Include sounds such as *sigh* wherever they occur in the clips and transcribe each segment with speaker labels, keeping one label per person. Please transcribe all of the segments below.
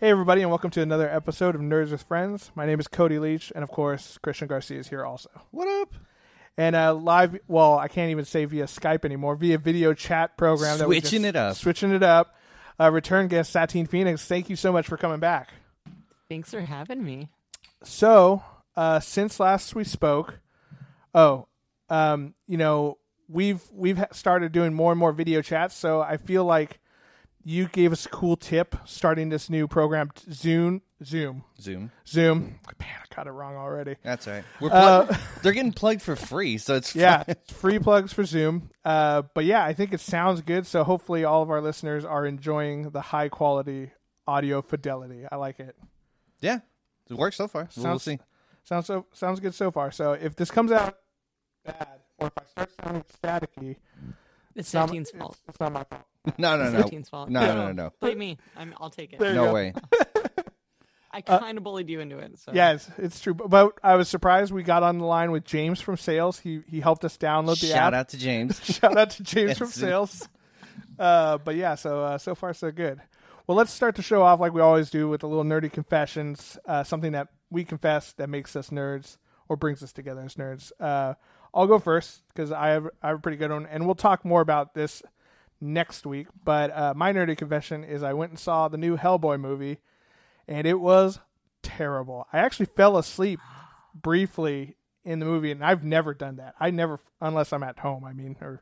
Speaker 1: Hey, everybody, and welcome to another episode of Nerds with Friends. My name is Cody Leach, and of course, Christian Garcia is here also. What up? And uh, live, well, I can't even say via Skype anymore, via video chat program. that we
Speaker 2: Switching
Speaker 1: just-
Speaker 2: it up.
Speaker 1: Switching it up. Uh, return guest, Satine Phoenix, thank you so much for coming back.
Speaker 3: Thanks for having me.
Speaker 1: So, uh, since last we spoke, oh, um, you know, we've we've ha- started doing more and more video chats. So I feel like you gave us a cool tip starting this new program, t- Zoom. Zoom.
Speaker 2: Zoom.
Speaker 1: Zoom. Man, I got it wrong already.
Speaker 2: That's right. Uh, We're plug- they're getting plugged for free, so it's
Speaker 1: Yeah,
Speaker 2: *laughs* fine.
Speaker 1: it's free plugs for Zoom. Uh, but yeah, I think it sounds good. So hopefully, all of our listeners are enjoying the high quality audio fidelity. I like it.
Speaker 2: yeah. It works so far. we'll
Speaker 1: Sounds-
Speaker 2: *laughs* see.
Speaker 1: Sounds so sounds good so far. So if this comes out bad, or if I start sounding staticky,
Speaker 3: It's
Speaker 1: not-
Speaker 3: Satine's fault.
Speaker 1: it's not my fault.
Speaker 2: No, no,
Speaker 3: It's
Speaker 2: no.
Speaker 3: Satine's fault.
Speaker 2: No, no, no, *laughs* no.
Speaker 3: Blame me. I'm, I'll take it.
Speaker 1: There you
Speaker 2: No
Speaker 1: go.
Speaker 2: *laughs* way.
Speaker 3: I
Speaker 2: Uh,
Speaker 3: kind of bullied you into it. So.
Speaker 1: Yes, it's true. But- But I was surprised we got on the line with James from Sales. He he helped us download the
Speaker 2: Shout
Speaker 1: app.
Speaker 2: out to
Speaker 1: *laughs*
Speaker 2: James.
Speaker 1: Shout out to James
Speaker 2: Yes.
Speaker 1: from Sales. Uh, but yeah, so uh, so far so good. Well, let's start the show off like we always do with a little nerdy confessions, uh, something that we confess that makes us nerds or brings us together as nerds. Uh, I'll go first because I have I have a pretty good one, and we'll talk more about this next week. But uh, my nerdy confession is I went and saw the new Hellboy movie, and it was terrible. I actually fell asleep briefly in the movie, and I've never done that. I never, unless I'm at home, I mean, or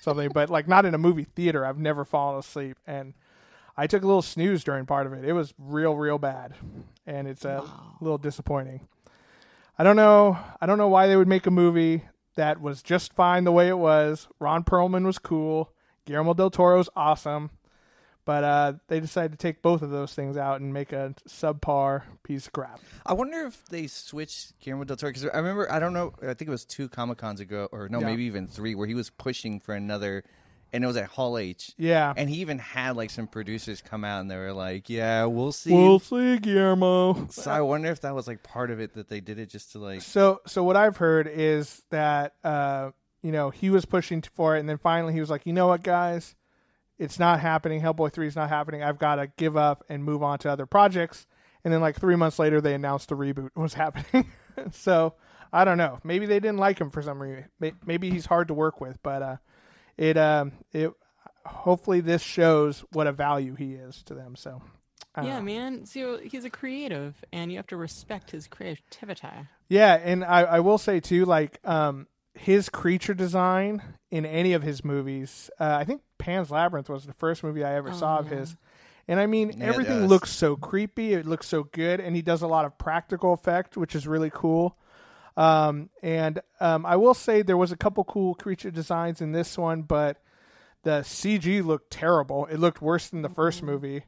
Speaker 1: something, but like not in a movie theater, I've never fallen asleep. And I took a little snooze during part of it. It was real, real bad, and it's a little disappointing. I don't know. I don't know why they would make a movie that was just fine the way it was. Ron Perlman was cool. Guillermo del Toro's awesome. But uh, they decided to take both of those things out and make a subpar piece of crap.
Speaker 2: *laughs* I wonder if they switched Guillermo del Toro because I remember I don't know I think it was two Comic Cons ago or no
Speaker 1: Yeah.
Speaker 2: maybe even three where he was pushing for another, and it was at Hall H.
Speaker 1: Yeah.
Speaker 2: And he even had like some producers come out and they were like, "Yeah, we'll see."
Speaker 1: We'll see, Guillermo.
Speaker 2: so I wonder if that was like part of it that they did it just to like
Speaker 1: So, so what I've heard is that uh, you know he was pushing for it, and then finally he was like, you know what, guys, it's not happening. Hellboy three is not happening. I've got to give up and move on to other projects. And then like three months later, they announced the reboot *laughs* was happening. so I don't know. Maybe they didn't like him for some reason. May- Maybe he's hard to work with, but uh, it um, it hopefully this shows what a value he is to them. So I don't know.
Speaker 3: Yeah, man. So he's a creative, and you have to respect his creativity.
Speaker 1: Yeah, and I, I will say too, like um, his creature design in any of his movies. Uh, I think Pan's Labyrinth was the first movie I ever saw of his, and I mean
Speaker 2: it
Speaker 1: everything
Speaker 2: does.
Speaker 1: looks so creepy. It looks so good, and he does a lot of practical effect, which is really cool. Um, and um, I will say there was a couple cool creature designs in this one, but the CG looked terrible. It looked worse than the first movie,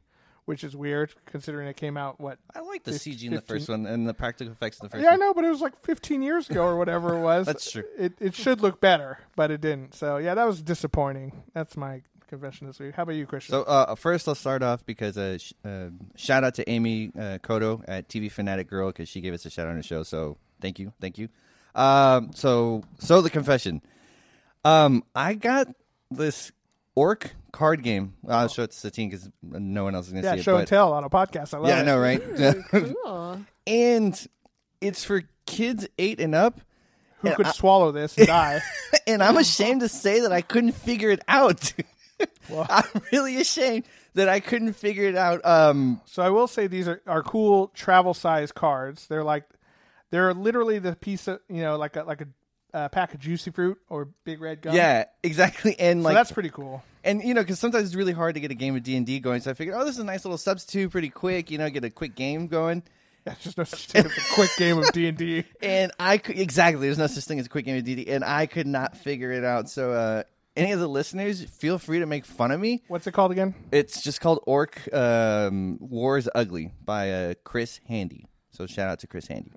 Speaker 1: which is weird considering it came out what
Speaker 2: I like the
Speaker 1: Fif-
Speaker 2: CG in the first one and the practical effects in the first
Speaker 1: yeah, I
Speaker 2: one.
Speaker 1: know, but it was like 15 years ago or whatever it was.
Speaker 2: That's true.
Speaker 1: It it should look better, but it didn't. So yeah, that was disappointing. That's my confession this week. How about you, Christian?
Speaker 2: So uh, first, I'll start off because uh, sh- uh, shout out to Amy uh, Cotto at TV Fanatic Girl because she gave us a shout out on the show. So thank you, thank you. Um, so so the confession, um, I got this orc card game. I'll show it to Satine because no one else is gonna
Speaker 1: Oh. yeah,
Speaker 2: see it.
Speaker 1: show and
Speaker 2: but-
Speaker 1: tell on a podcast. I love
Speaker 2: Yeah,
Speaker 1: it.
Speaker 2: I
Speaker 1: *laughs*
Speaker 2: know, right? *laughs*
Speaker 3: Cool.
Speaker 2: and it's for kids eight and up.
Speaker 1: Who could swallow this
Speaker 2: *laughs*
Speaker 1: and die?
Speaker 2: and I'm ashamed to say that I couldn't figure it out. *laughs* I'm really ashamed that I couldn't figure it out. Um,
Speaker 1: so I will say these are, are cool travel size cards. They're like they're literally the piece of you know like a like a uh, pack of juicy fruit or big red gum.
Speaker 2: yeah, exactly. And
Speaker 1: so
Speaker 2: like,
Speaker 1: that's pretty cool.
Speaker 2: and you know, because sometimes it's really hard to get a game of D and D going. So I figured, oh, this is a nice little substitute, pretty quick. You know, get a quick game going.
Speaker 1: There's just no such thing as a quick game of D and
Speaker 2: *laughs*
Speaker 1: D.
Speaker 2: And I could exactly there's no such thing as a quick game of D and D, and I could not figure it out. So uh, any of the listeners, feel free to make fun of me.
Speaker 1: What's it called again?
Speaker 2: It's just called Orc um, War is Ugly by uh, Chris Handy. So shout out to Chris Handy.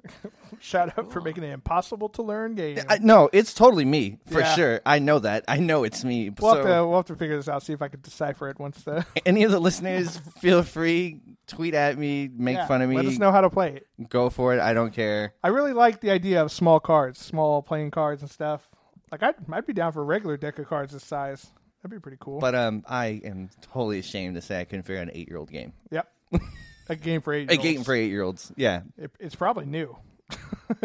Speaker 1: Shout out for making an impossible to learn game.
Speaker 2: I, no, it's totally me for
Speaker 1: Yeah.
Speaker 2: sure. I know that. I know it's me.
Speaker 1: we'll, have
Speaker 2: so
Speaker 1: to, we'll have to figure this out. See if I can decipher it once the
Speaker 2: any of the listeners, feel free tweet at me, make
Speaker 1: Yeah,
Speaker 2: fun of
Speaker 1: *laughs*
Speaker 2: me,
Speaker 1: Let us know how to play it.
Speaker 2: go for it. I don't care.
Speaker 1: I really like the idea of small cards, small playing cards and stuff. Like I'd, I'd be down for a regular deck of cards this size. That'd be pretty cool.
Speaker 2: But um, I am totally ashamed to say I couldn't figure out an eight-year-old game.
Speaker 1: yep.
Speaker 2: *laughs*
Speaker 1: a game for eight.
Speaker 2: A game for eight-year-olds. Yeah.
Speaker 1: It, it's probably new. *laughs*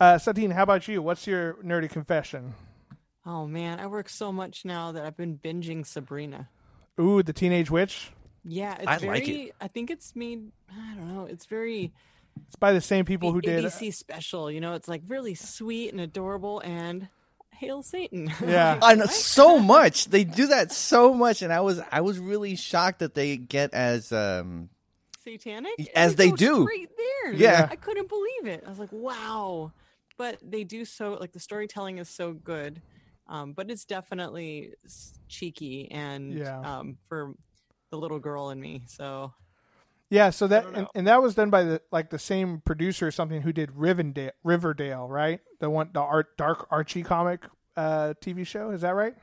Speaker 1: uh, Satine, how about you? What's your nerdy confession?
Speaker 3: Oh man, I work so much now that I've been binging Sabrina.
Speaker 1: Ooh, the teenage witch.
Speaker 3: Yeah, it's
Speaker 2: I
Speaker 3: very.
Speaker 2: like it.
Speaker 3: I think it's made. I don't know. It's very
Speaker 1: It's by the same people who
Speaker 2: uh,
Speaker 1: did.
Speaker 3: ABC special. You know, it's like really sweet and adorable and hail Satan.
Speaker 1: Yeah.
Speaker 2: I know so much. They do that so much, and I was I was really shocked that they get as um
Speaker 3: satanic
Speaker 2: Y-
Speaker 3: and
Speaker 2: as
Speaker 3: it
Speaker 2: they
Speaker 3: goes
Speaker 2: do.
Speaker 3: straight there
Speaker 2: Yeah.
Speaker 3: i couldn't believe it i was like wow but they do so like the storytelling is so good um, but it's definitely s- cheeky and
Speaker 1: Yeah.
Speaker 3: um, for the little girl in me so
Speaker 1: Yeah, so that and, and that was done by the like the same producer or something who did Rivendale, Riverdale, right? The one the art dark Archie comic uh, TV show. Is that right?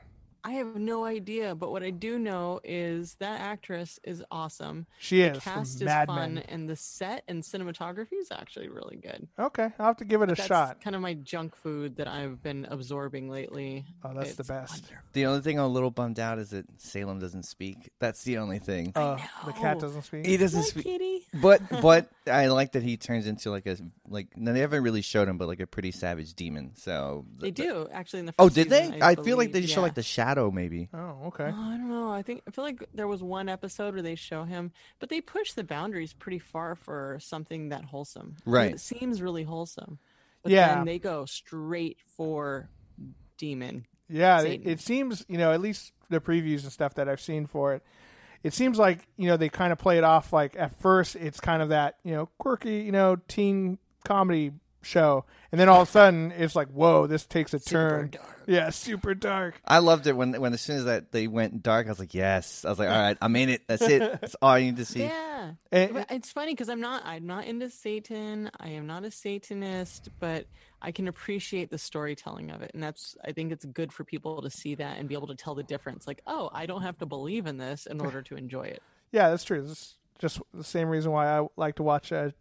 Speaker 3: i have no idea but what i do know is that actress is awesome
Speaker 1: She
Speaker 3: the
Speaker 1: is from
Speaker 3: cast is
Speaker 1: Mad
Speaker 3: fun
Speaker 1: Men.
Speaker 3: and the set and cinematography is actually really good
Speaker 1: Okay, I'll have to give it a
Speaker 3: that's
Speaker 1: shot.
Speaker 3: kind of my junk food that i've been absorbing lately
Speaker 1: Oh, that's the
Speaker 3: It's
Speaker 1: best.
Speaker 3: wonderful.
Speaker 2: the only thing I'm a little bummed out is that Salem doesn't speak. That's the only thing.
Speaker 1: Uh, the cat
Speaker 3: know.
Speaker 1: doesn't speak.
Speaker 2: he doesn't
Speaker 3: Hi,
Speaker 2: speak.
Speaker 3: kitty *laughs*
Speaker 2: But but I like that he turns into like a like no they haven't really showed him but like a pretty savage demon. So
Speaker 3: They do actually in the. First
Speaker 2: Oh, did
Speaker 3: season,
Speaker 2: they? I, feel like they
Speaker 3: believe,
Speaker 2: show like
Speaker 3: yeah.
Speaker 2: the shadow maybe.
Speaker 1: oh, okay.
Speaker 3: Oh, I don't know. I think I feel like there was one episode where they show him, but they push the boundaries pretty far for something that wholesome. I mean,
Speaker 2: Right.
Speaker 3: It seems really wholesome. But
Speaker 1: Yeah.
Speaker 3: Then they go straight for demon.
Speaker 1: Yeah, it,
Speaker 3: Satan.
Speaker 1: it seems you know at least the previews and stuff that I've seen for it, it seems like you know they kind of play it off like at first it's kind of that you know quirky you know teen comedy show, and then all of a sudden it's like whoa this takes a turn.
Speaker 3: dark.
Speaker 1: Yeah, super dark.
Speaker 2: I loved it when when as soon as that they went dark I was like yes. I was like all right, I made it.
Speaker 1: *laughs*
Speaker 2: That's it. That's all I need to see.
Speaker 3: Yeah.
Speaker 2: eh,
Speaker 1: And-
Speaker 3: But it's funny because I'm not. I'm not into Satan. I am not a Satanist, but I can appreciate the storytelling of it, and that's. I think it's good for people to see that and be able to tell the difference. Like, oh, I don't have to believe in this in order to enjoy it.
Speaker 1: Yeah, that's true. This is just the same reason why I like to watch. Uh,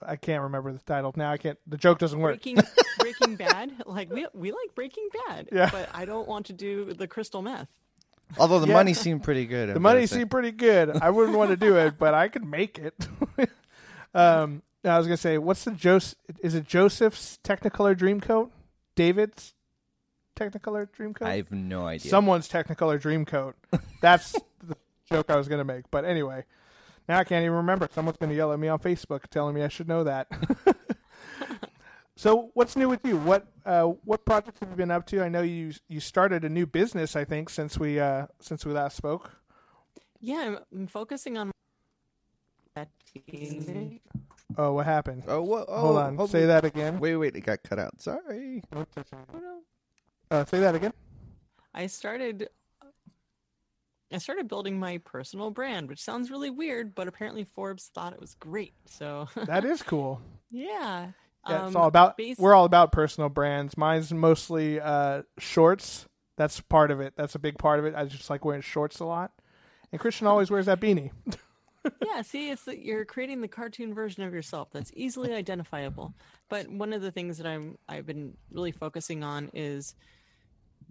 Speaker 1: I can't remember the title now. I can't. The joke doesn't work.
Speaker 3: Breaking Breaking Bad. *laughs* Like we we like Breaking Bad.
Speaker 1: Yeah.
Speaker 3: But I don't want to do the crystal meth.
Speaker 2: Although the
Speaker 1: Yeah.
Speaker 2: money seemed pretty good.
Speaker 1: The money seemed pretty good. I wouldn't want to do it, but I could make it. *laughs* um, I was gonna say, what's the Joseph? Is it Joseph's Technicolor Dreamcoat? David's Technicolor Dreamcoat?
Speaker 2: I have no idea.
Speaker 1: Someone's Technicolor Dreamcoat. That's *laughs* the joke I was gonna make. But anyway, now I can't even remember. Someone's gonna yell at me on Facebook telling me I should know that. *laughs* so, what's new with you? What uh, what projects have you been up to? I know you you started a new business. I think since we uh, since we last spoke.
Speaker 3: Yeah, I'm, I'm focusing on Latinx.
Speaker 1: Oh, what happened?
Speaker 2: Oh, whoa, oh
Speaker 1: Hold on.
Speaker 2: hold
Speaker 1: Say
Speaker 2: on.
Speaker 1: that again.
Speaker 2: Wait, wait, it got cut out. Sorry.
Speaker 1: Uh, say that again.
Speaker 3: I started I started building my personal brand, which sounds really weird, but apparently Forbes thought it was great. So *laughs*
Speaker 1: That is cool.
Speaker 3: yeah.
Speaker 1: Yeah, it's
Speaker 3: Um,
Speaker 1: all about.
Speaker 3: bas-
Speaker 1: We're all about personal brands. Mine's mostly uh, shorts. That's part of it. That's a big part of it. I just like wearing shorts a lot. And Christian always wears that beanie.
Speaker 3: yeah see it's that you're creating the cartoon version of yourself that's easily identifiable but one of the things that i'm i've been really focusing on is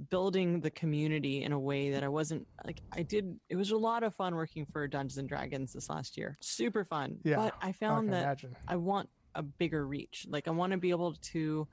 Speaker 3: building the community in a way that i wasn't like i did it was a lot of fun working for dungeons and dragons this last year super fun
Speaker 1: Yeah,
Speaker 3: but i
Speaker 1: I
Speaker 3: found
Speaker 1: can
Speaker 3: that
Speaker 1: imagine.
Speaker 3: I want a bigger reach. Like I want to be able to,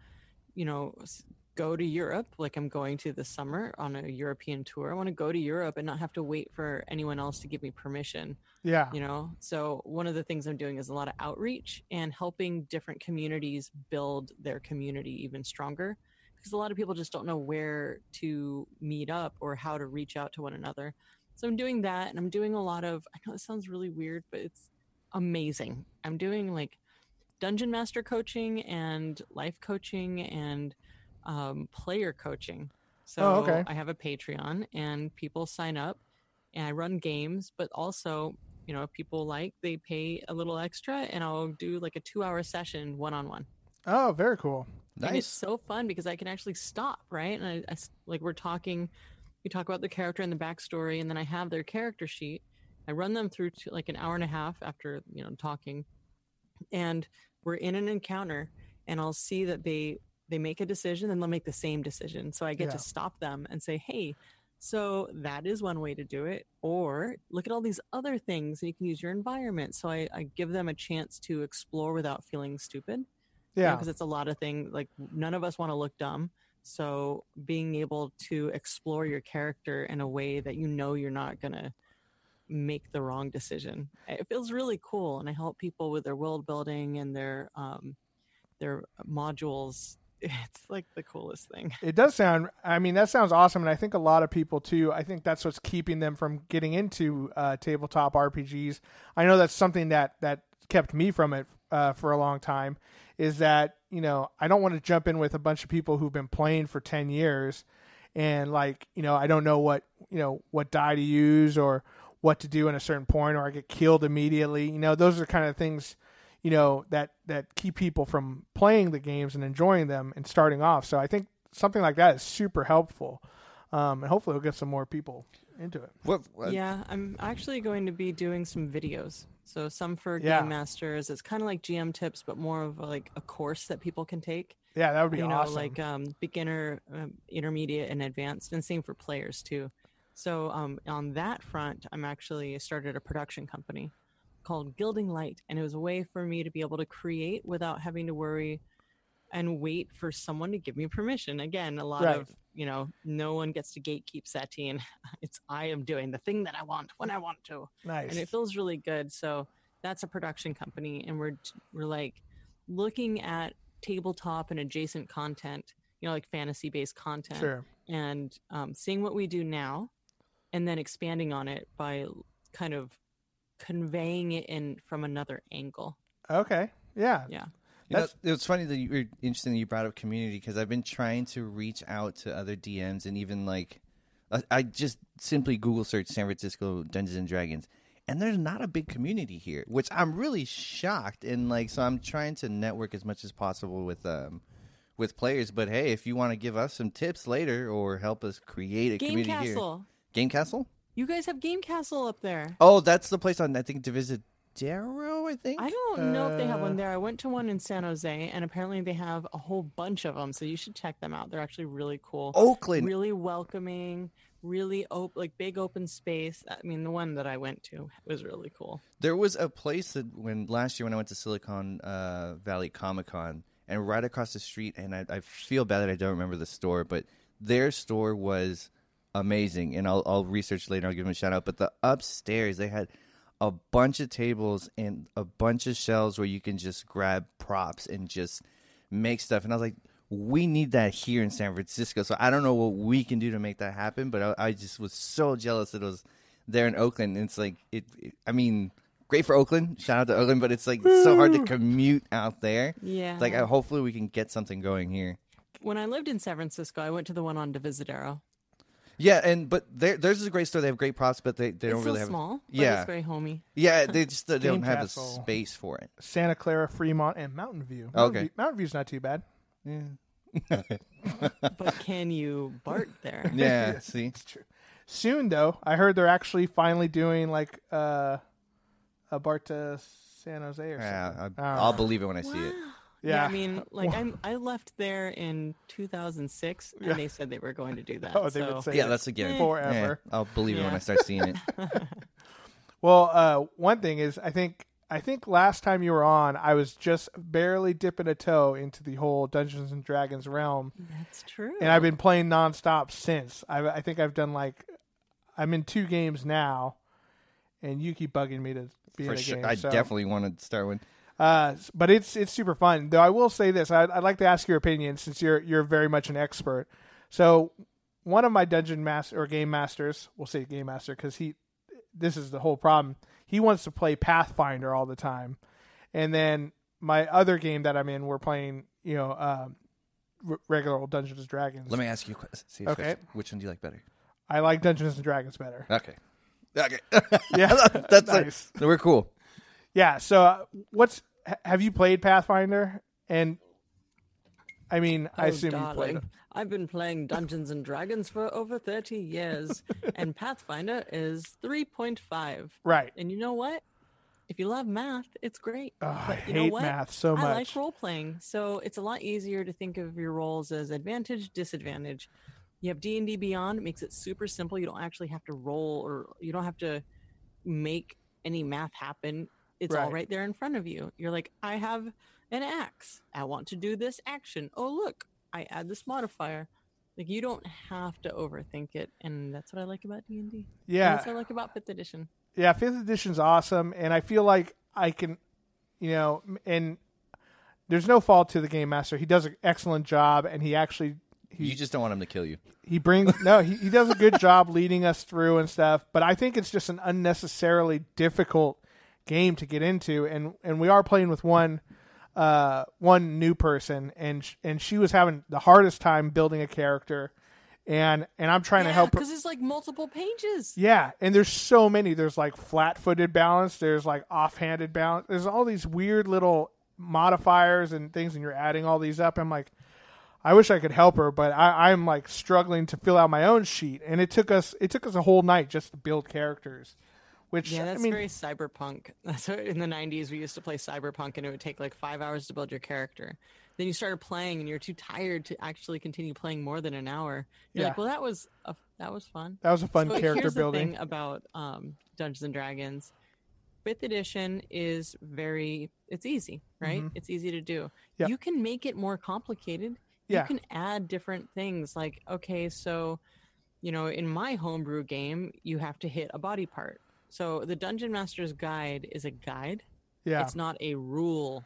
Speaker 3: you know, s- go to Europe. Like I'm going to this summer on a European tour. I want to go to Europe and not have to wait for anyone else to give me permission.
Speaker 1: Yeah.
Speaker 3: You know. So one of the things I'm doing is a lot of outreach and helping different communities build their community even stronger. 'Cause because a lot of people just don't know where to meet up or how to reach out to one another. So I'm doing that and I'm doing a lot of I know it sounds really weird, but it's amazing. I'm doing like dungeon master coaching and life coaching and um, player coaching. So
Speaker 1: Oh, okay.
Speaker 3: I have a Patreon and people sign up and I run games, but also, you know, if people like, they pay a little extra and I'll do like a two hour session one on one.
Speaker 1: Oh, very cool.
Speaker 3: And it's
Speaker 2: Nice.
Speaker 3: so fun because I can actually stop, right? And I, I s- like we're talking, we talk about the character and the backstory, and then I have their character sheet. I run them through to like an hour and a half after you know talking, and we're in an encounter, and I'll see that they they make a decision, and they'll make the same decision. So I get
Speaker 1: Yeah.
Speaker 3: to stop them and say, "Hey, so that is one way to do it. Or look at all these other things, and you can use your environment." So I, I give them a chance to explore without feeling stupid
Speaker 1: Yeah.
Speaker 3: because it's a lot of things like none of us want to look dumb so being able to explore your character in a way that you know you're not gonna make the wrong decision it feels really cool and i help people with their world building and their um their modules *laughs* it's like the coolest thing
Speaker 1: It does sound. I mean, that sounds awesome, and I think a lot of people too. I think that's what's keeping them from getting into uh, tabletop RPGs. I know that's something that that kept me from it uh, for a long time. Is that you know I don't want to jump in with a bunch of people who've been playing for ten years, and like you know I don't know what you know what die to use or what to do in a certain point, or I get killed immediately. You know, those are kind of things you know that that keep people from playing the games and enjoying them and starting off. So I think something like that is super helpful, um, and hopefully we'll get some more people into it.
Speaker 2: What, what-
Speaker 3: yeah i'm actually going to be doing some videos so some for
Speaker 1: Yeah.
Speaker 3: game masters it's kind of like gm tips but more of like a course that people can take
Speaker 1: Yeah, that would be
Speaker 3: you know,
Speaker 1: awesome.
Speaker 3: like um, beginner, um, intermediate, and advanced, and same for players too. So um, on that front, I'm actually started a production company called Gilding Light, and it was a way for me to be able to create without having to worry and wait for someone to give me permission. Again, a lot
Speaker 1: Right.
Speaker 3: of you know, no one gets to gatekeep Satine. *laughs* It's I am doing the thing that I want when I want to
Speaker 1: nice.
Speaker 3: and it feels really good. So that's a production company, and we're we're like looking at tabletop and adjacent content, you know, like fantasy based content,
Speaker 1: sure.
Speaker 3: and um, seeing what we do now, and then expanding on it by kind of conveying it in from another angle.
Speaker 1: Okay. Yeah.
Speaker 3: Yeah.
Speaker 2: You know, it was funny that you were interesting that you brought up community because I've been trying to reach out to other DMs and even like I, I just simply Google search San Francisco Dungeons and Dragons and there's not a big community here, which I'm really shocked and like so I'm trying to network as much as possible with um with players. But hey, if you want to give us some tips later or help us create a
Speaker 3: Game
Speaker 2: community
Speaker 3: Castle.
Speaker 2: here, Game Castle.
Speaker 3: You guys have Game Castle up there.
Speaker 2: Oh, that's the place on I think Divisadero. I think
Speaker 3: I don't know if they have
Speaker 2: Uh,
Speaker 3: one there. I went to one in San Jose, and apparently they have a whole bunch of them. So you should check them out. They're actually really cool.
Speaker 2: Oakland.
Speaker 3: really welcoming really open like big open space i mean the one that i went to was really cool
Speaker 2: There was a place that when last year when I went to Silicon uh, Valley Comic Con, and right across the street, and I, I feel bad that I don't remember the store, but their store was amazing, and I'll, I'll research later. I'll give them a shout out. But the upstairs, they had a bunch of tables and a bunch of shelves where you can just grab props and just make stuff. And I was like, we need that here in San Francisco. So I don't know what we can do to make that happen, but I, I just was so jealous that it was there in Oakland. And it's like, it, it- I mean, great for Oakland. Shout out to Oakland, but it's like it's so hard to commute out there.
Speaker 3: yeah
Speaker 2: It's like, I, hopefully we can get something going here.
Speaker 3: when i lived in san francisco i went to the one on divisadero
Speaker 2: Yeah, and but there, theirs is a great store. They have great props, but they, they
Speaker 3: it's
Speaker 2: don't
Speaker 3: still
Speaker 2: really have
Speaker 3: small but
Speaker 2: Yeah.
Speaker 3: it's very homey
Speaker 2: Yeah, they just they don't have a
Speaker 1: Castle.
Speaker 2: space for
Speaker 1: *laughs*
Speaker 2: it.
Speaker 1: Santa Clara, Fremont, and Mountain View. Mountain
Speaker 2: Okay.
Speaker 1: View, Mountain View's not too bad.
Speaker 3: but can you bart there
Speaker 2: *laughs* Yeah, see,
Speaker 1: Soon though, I heard they're actually finally doing like uh, a BART to San Jose or something.
Speaker 2: yeah, I,
Speaker 1: Ah.
Speaker 2: I'll believe it when I see it.
Speaker 3: Yeah,
Speaker 1: Yeah.
Speaker 3: I mean, like I'm, I left there in 2006, and they said they were going
Speaker 2: *laughs*
Speaker 3: to do that.
Speaker 1: Oh, they would
Speaker 3: so-
Speaker 1: say
Speaker 2: Yeah,
Speaker 1: it
Speaker 2: that's a given.
Speaker 1: forever.
Speaker 2: Yeah, I'll believe it when
Speaker 3: Yeah.
Speaker 2: I start seeing
Speaker 3: *laughs*
Speaker 2: it.
Speaker 1: Well, uh, one thing is, I think I think last time you were on, I was just barely dipping a toe into the whole Dungeons and Dragons realm,
Speaker 3: that's true.
Speaker 1: and I've been playing nonstop since. I, I think I've done like I'm in two games now, and you keep bugging me to be in
Speaker 2: For
Speaker 1: a
Speaker 2: sure,
Speaker 1: game.
Speaker 2: I
Speaker 1: so
Speaker 2: definitely want to start one.
Speaker 1: Uh, s- but it's it's super fun. Though I will say this, I'd, I'd like to ask your opinion since you're you're very much an expert. So one of my dungeon master or game masters, we'll say game master because he, this is the whole problem. He wants to play Pathfinder all the time, and then my other game that I'm in, we're playing you know um r- regular old Dungeons and Dragons.
Speaker 2: Let me ask you a question. See
Speaker 1: Okay.
Speaker 2: question. Which one do you like better?
Speaker 1: I like Dungeons and Dragons better.
Speaker 2: Okay. Okay. *laughs*
Speaker 1: Yeah, *laughs*
Speaker 2: That's
Speaker 1: Nice.
Speaker 2: it. So we're cool.
Speaker 1: Yeah. So, uh, what's ha- have you played Pathfinder? And I mean, I
Speaker 3: Oh,
Speaker 1: assume you
Speaker 3: darling.
Speaker 1: played. it.
Speaker 3: I've been playing Dungeons and Dragons for over 30
Speaker 1: *laughs*
Speaker 3: years, and Pathfinder is 3.5.
Speaker 1: Right.
Speaker 3: And you know what? If you love math, it's great.
Speaker 1: Oh, I
Speaker 3: you know
Speaker 1: hate
Speaker 3: what?
Speaker 1: math so much.
Speaker 3: I like role playing, so it's a lot easier to think of your roles as advantage, disadvantage. You have D and D Beyond it makes it super simple. You don't actually have to roll, or you don't have to make any math happen. It's all
Speaker 1: Right.
Speaker 3: right there in front of you. You're like, I have an axe. I want to do this action. Oh look, I add this modifier. Like you don't have to overthink it, and that's what I like about D and D. that's
Speaker 1: yeah.
Speaker 3: what I like about Fifth Edition.
Speaker 1: Yeah. Fifth edition's awesome, and I feel like I can, you know, m- and there's no fault to the game master. He does an excellent job, and he actually he
Speaker 2: You just don't want him to kill you.
Speaker 1: he brings no he, he does a
Speaker 3: *laughs*
Speaker 1: good job leading us through and stuff but i think it's just an unnecessarily difficult game to get into and and we are playing with one uh one new person and sh- and she was having the hardest time building a character and and i'm trying to help her
Speaker 3: because it's like multiple pages.
Speaker 1: yeah, and there's so many. There's like flat-footed balance. There's like off-handed balance. There's all these weird little modifiers and things, and you're adding all these up. I'm like, I wish I could help her, but I, I'm like struggling to fill out my own sheet, and it took us it took us a whole night just to build characters. Which
Speaker 3: Yeah, that's
Speaker 1: I mean,
Speaker 3: very cyberpunk. *laughs* That's what, in the '90s we used to play cyberpunk, and it would take like five hours to build your character. Then you started playing, and you're too tired to actually continue playing more than an hour. You're like,
Speaker 1: Yeah.
Speaker 3: well, that was a, that was fun.
Speaker 1: that was a fun
Speaker 3: But
Speaker 1: character
Speaker 3: here's
Speaker 1: building.
Speaker 3: The thing about um, Dungeons and Dragons, Fifth Edition is very. It's easy, right? It's easy to do.
Speaker 1: Mm-hmm. Yeah.
Speaker 3: You can make it more complicated.
Speaker 1: Yeah.
Speaker 3: You can add different things. Like, okay, so, you know, in my homebrew game, you have to hit a body part. So the Dungeon Master's Guide is a guide.
Speaker 1: yeah,
Speaker 3: It's not a rule.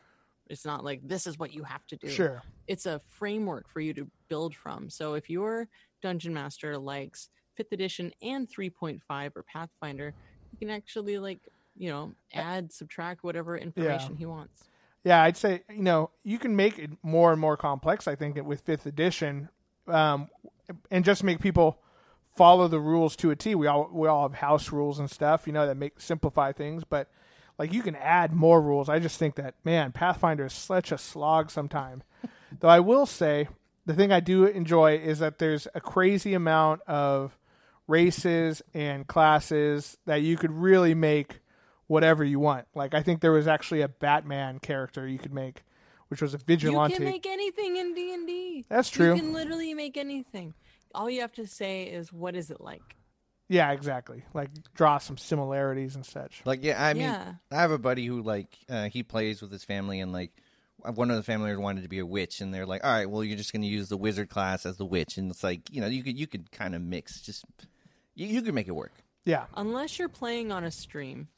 Speaker 3: It's not like this is what you have to do
Speaker 1: sure.
Speaker 3: it's a framework for you to build from. So if your dungeon master likes fifth edition and 3.5 or Pathfinder, you can actually like, you know,
Speaker 1: Uh,
Speaker 3: add, subtract whatever information he wants.
Speaker 1: Yeah, I'd say you know you can make it more and more complex. I think with fifth edition, um, and just make people follow the rules to a T. We all we all have house rules and stuff, you know, that make simplify things. But like you can add more rules. I just think that man, Pathfinder is such a slog sometimes. *laughs* Though I will say the thing I do enjoy is that there's a crazy amount of races and classes that you could really make whatever you want. Like I think there was actually a Batman character you could make, which was a vigilante.
Speaker 3: You can make anything in D&D.
Speaker 1: That's true.
Speaker 3: You can literally make anything. All you have to say is what is it like?
Speaker 1: yeah, exactly. Like draw some similarities and such.
Speaker 2: Like, yeah, I mean,
Speaker 3: Yeah.
Speaker 2: I have a buddy who like uh, he plays with his family, and like one of the family wanted to be a witch, and they're like, all right, well, you're just going to use the wizard class as the witch, and it's like, you know, you could you could kind of mix, just you, you could make it work.
Speaker 1: Yeah.
Speaker 3: Unless you're playing on a stream,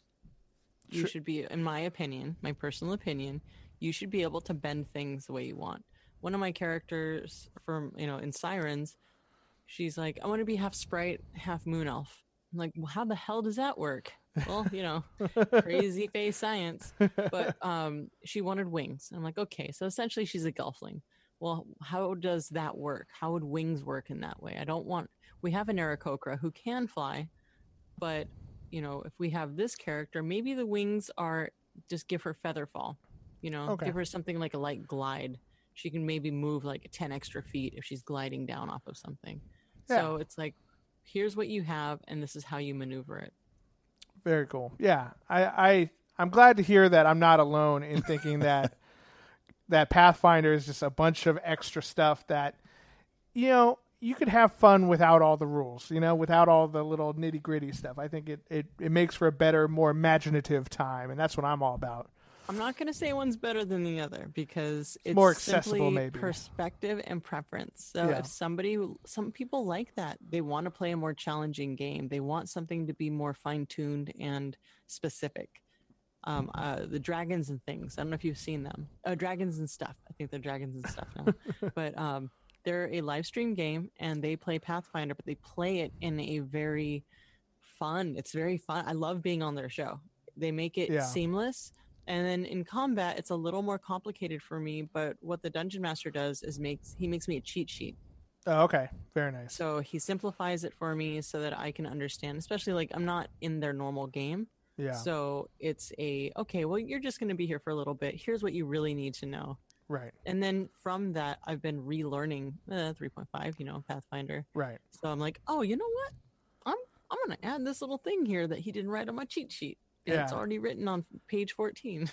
Speaker 3: you should be, in my opinion, my personal opinion, you should be able to bend things the way you want. One of my characters from, you know, in Sirens, she's like, I want to be half sprite, half moon elf. I'm like, well, how the hell does that work? Well, you know, crazy face science. But um, she wanted wings. I'm like, okay, so essentially she's a gelfling. Well, how does that work? How would wings work in that way? I don't want. We have an Aarakocra who can fly, but you know, if we have this character, maybe the wings are just give her feather fall. You know,
Speaker 1: Okay.
Speaker 3: give her something like a light glide. She can maybe move like ten extra feet if she's gliding down off of something. So it's like, here's what you have, and this is how you maneuver it.
Speaker 1: Very cool. Yeah, I, I I'm glad to hear that I'm not alone in thinking that that Pathfinder is just a bunch of extra stuff that you know you could have fun without all the rules. You know, without all the little nitty gritty stuff. I think it, it it makes for a better, more imaginative time, and that's what I'm all about.
Speaker 3: I'm not going to say one's better than the other because it's
Speaker 1: more accessible,
Speaker 3: simply
Speaker 1: maybe.
Speaker 3: perspective and preference. So
Speaker 1: Yeah.
Speaker 3: if somebody, some people like that, they want to play a more challenging game. They want something to be more fine tuned and specific. um, uh, the dragons and things. I don't know if you've seen them. Uh, dragons and stuff. I think they're dragons and stuff
Speaker 1: *laughs*
Speaker 3: now. but um, they're a live stream game, and they play Pathfinder, but they play it in a very fun. It's very fun. I love being on their show. They make it
Speaker 1: Yeah.
Speaker 3: seamless. And then in combat, it's a little more complicated for me. But what the dungeon master does is makes he makes me a cheat sheet.
Speaker 1: Oh, okay. Very nice.
Speaker 3: So he simplifies it for me so that I can understand. Especially like I'm not in their normal game.
Speaker 1: Yeah.
Speaker 3: So it's a okay, well, you're just going to be here for a little bit. Here's what you really need to know.
Speaker 1: right.
Speaker 3: And then from that, I've been relearning uh, 3.5, you know, Pathfinder.
Speaker 1: Right.
Speaker 3: So I'm like, oh, you know what? I'm I'm going to add this little thing here that he didn't write on my cheat sheet. And It's
Speaker 1: Yeah.
Speaker 3: already written on page 14.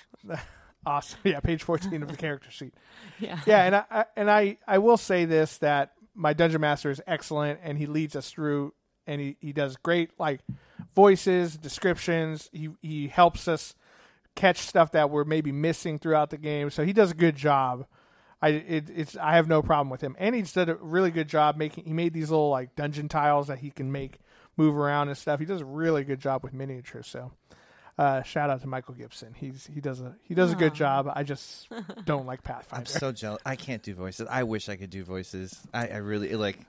Speaker 1: Awesome. *laughs* Yeah. Page fourteen of the character sheet.
Speaker 3: yeah.
Speaker 1: Yeah, and I, I and I I will say this that my dungeon master is excellent and he leads us through and he, he does great like voices, descriptions. He he helps us catch stuff that we're maybe missing throughout the game. So he does a good job. I it, it's I have no problem with him. And he's done a really good job making he made these little like dungeon tiles that he can make move around and stuff. He does a really good job with miniatures, so uh, shout out to Michael Gibson. He's he does a he does a good job. I just don't like Pathfinder.
Speaker 2: I'm so jealous. I can't do voices. I wish I could do voices. I, I really like.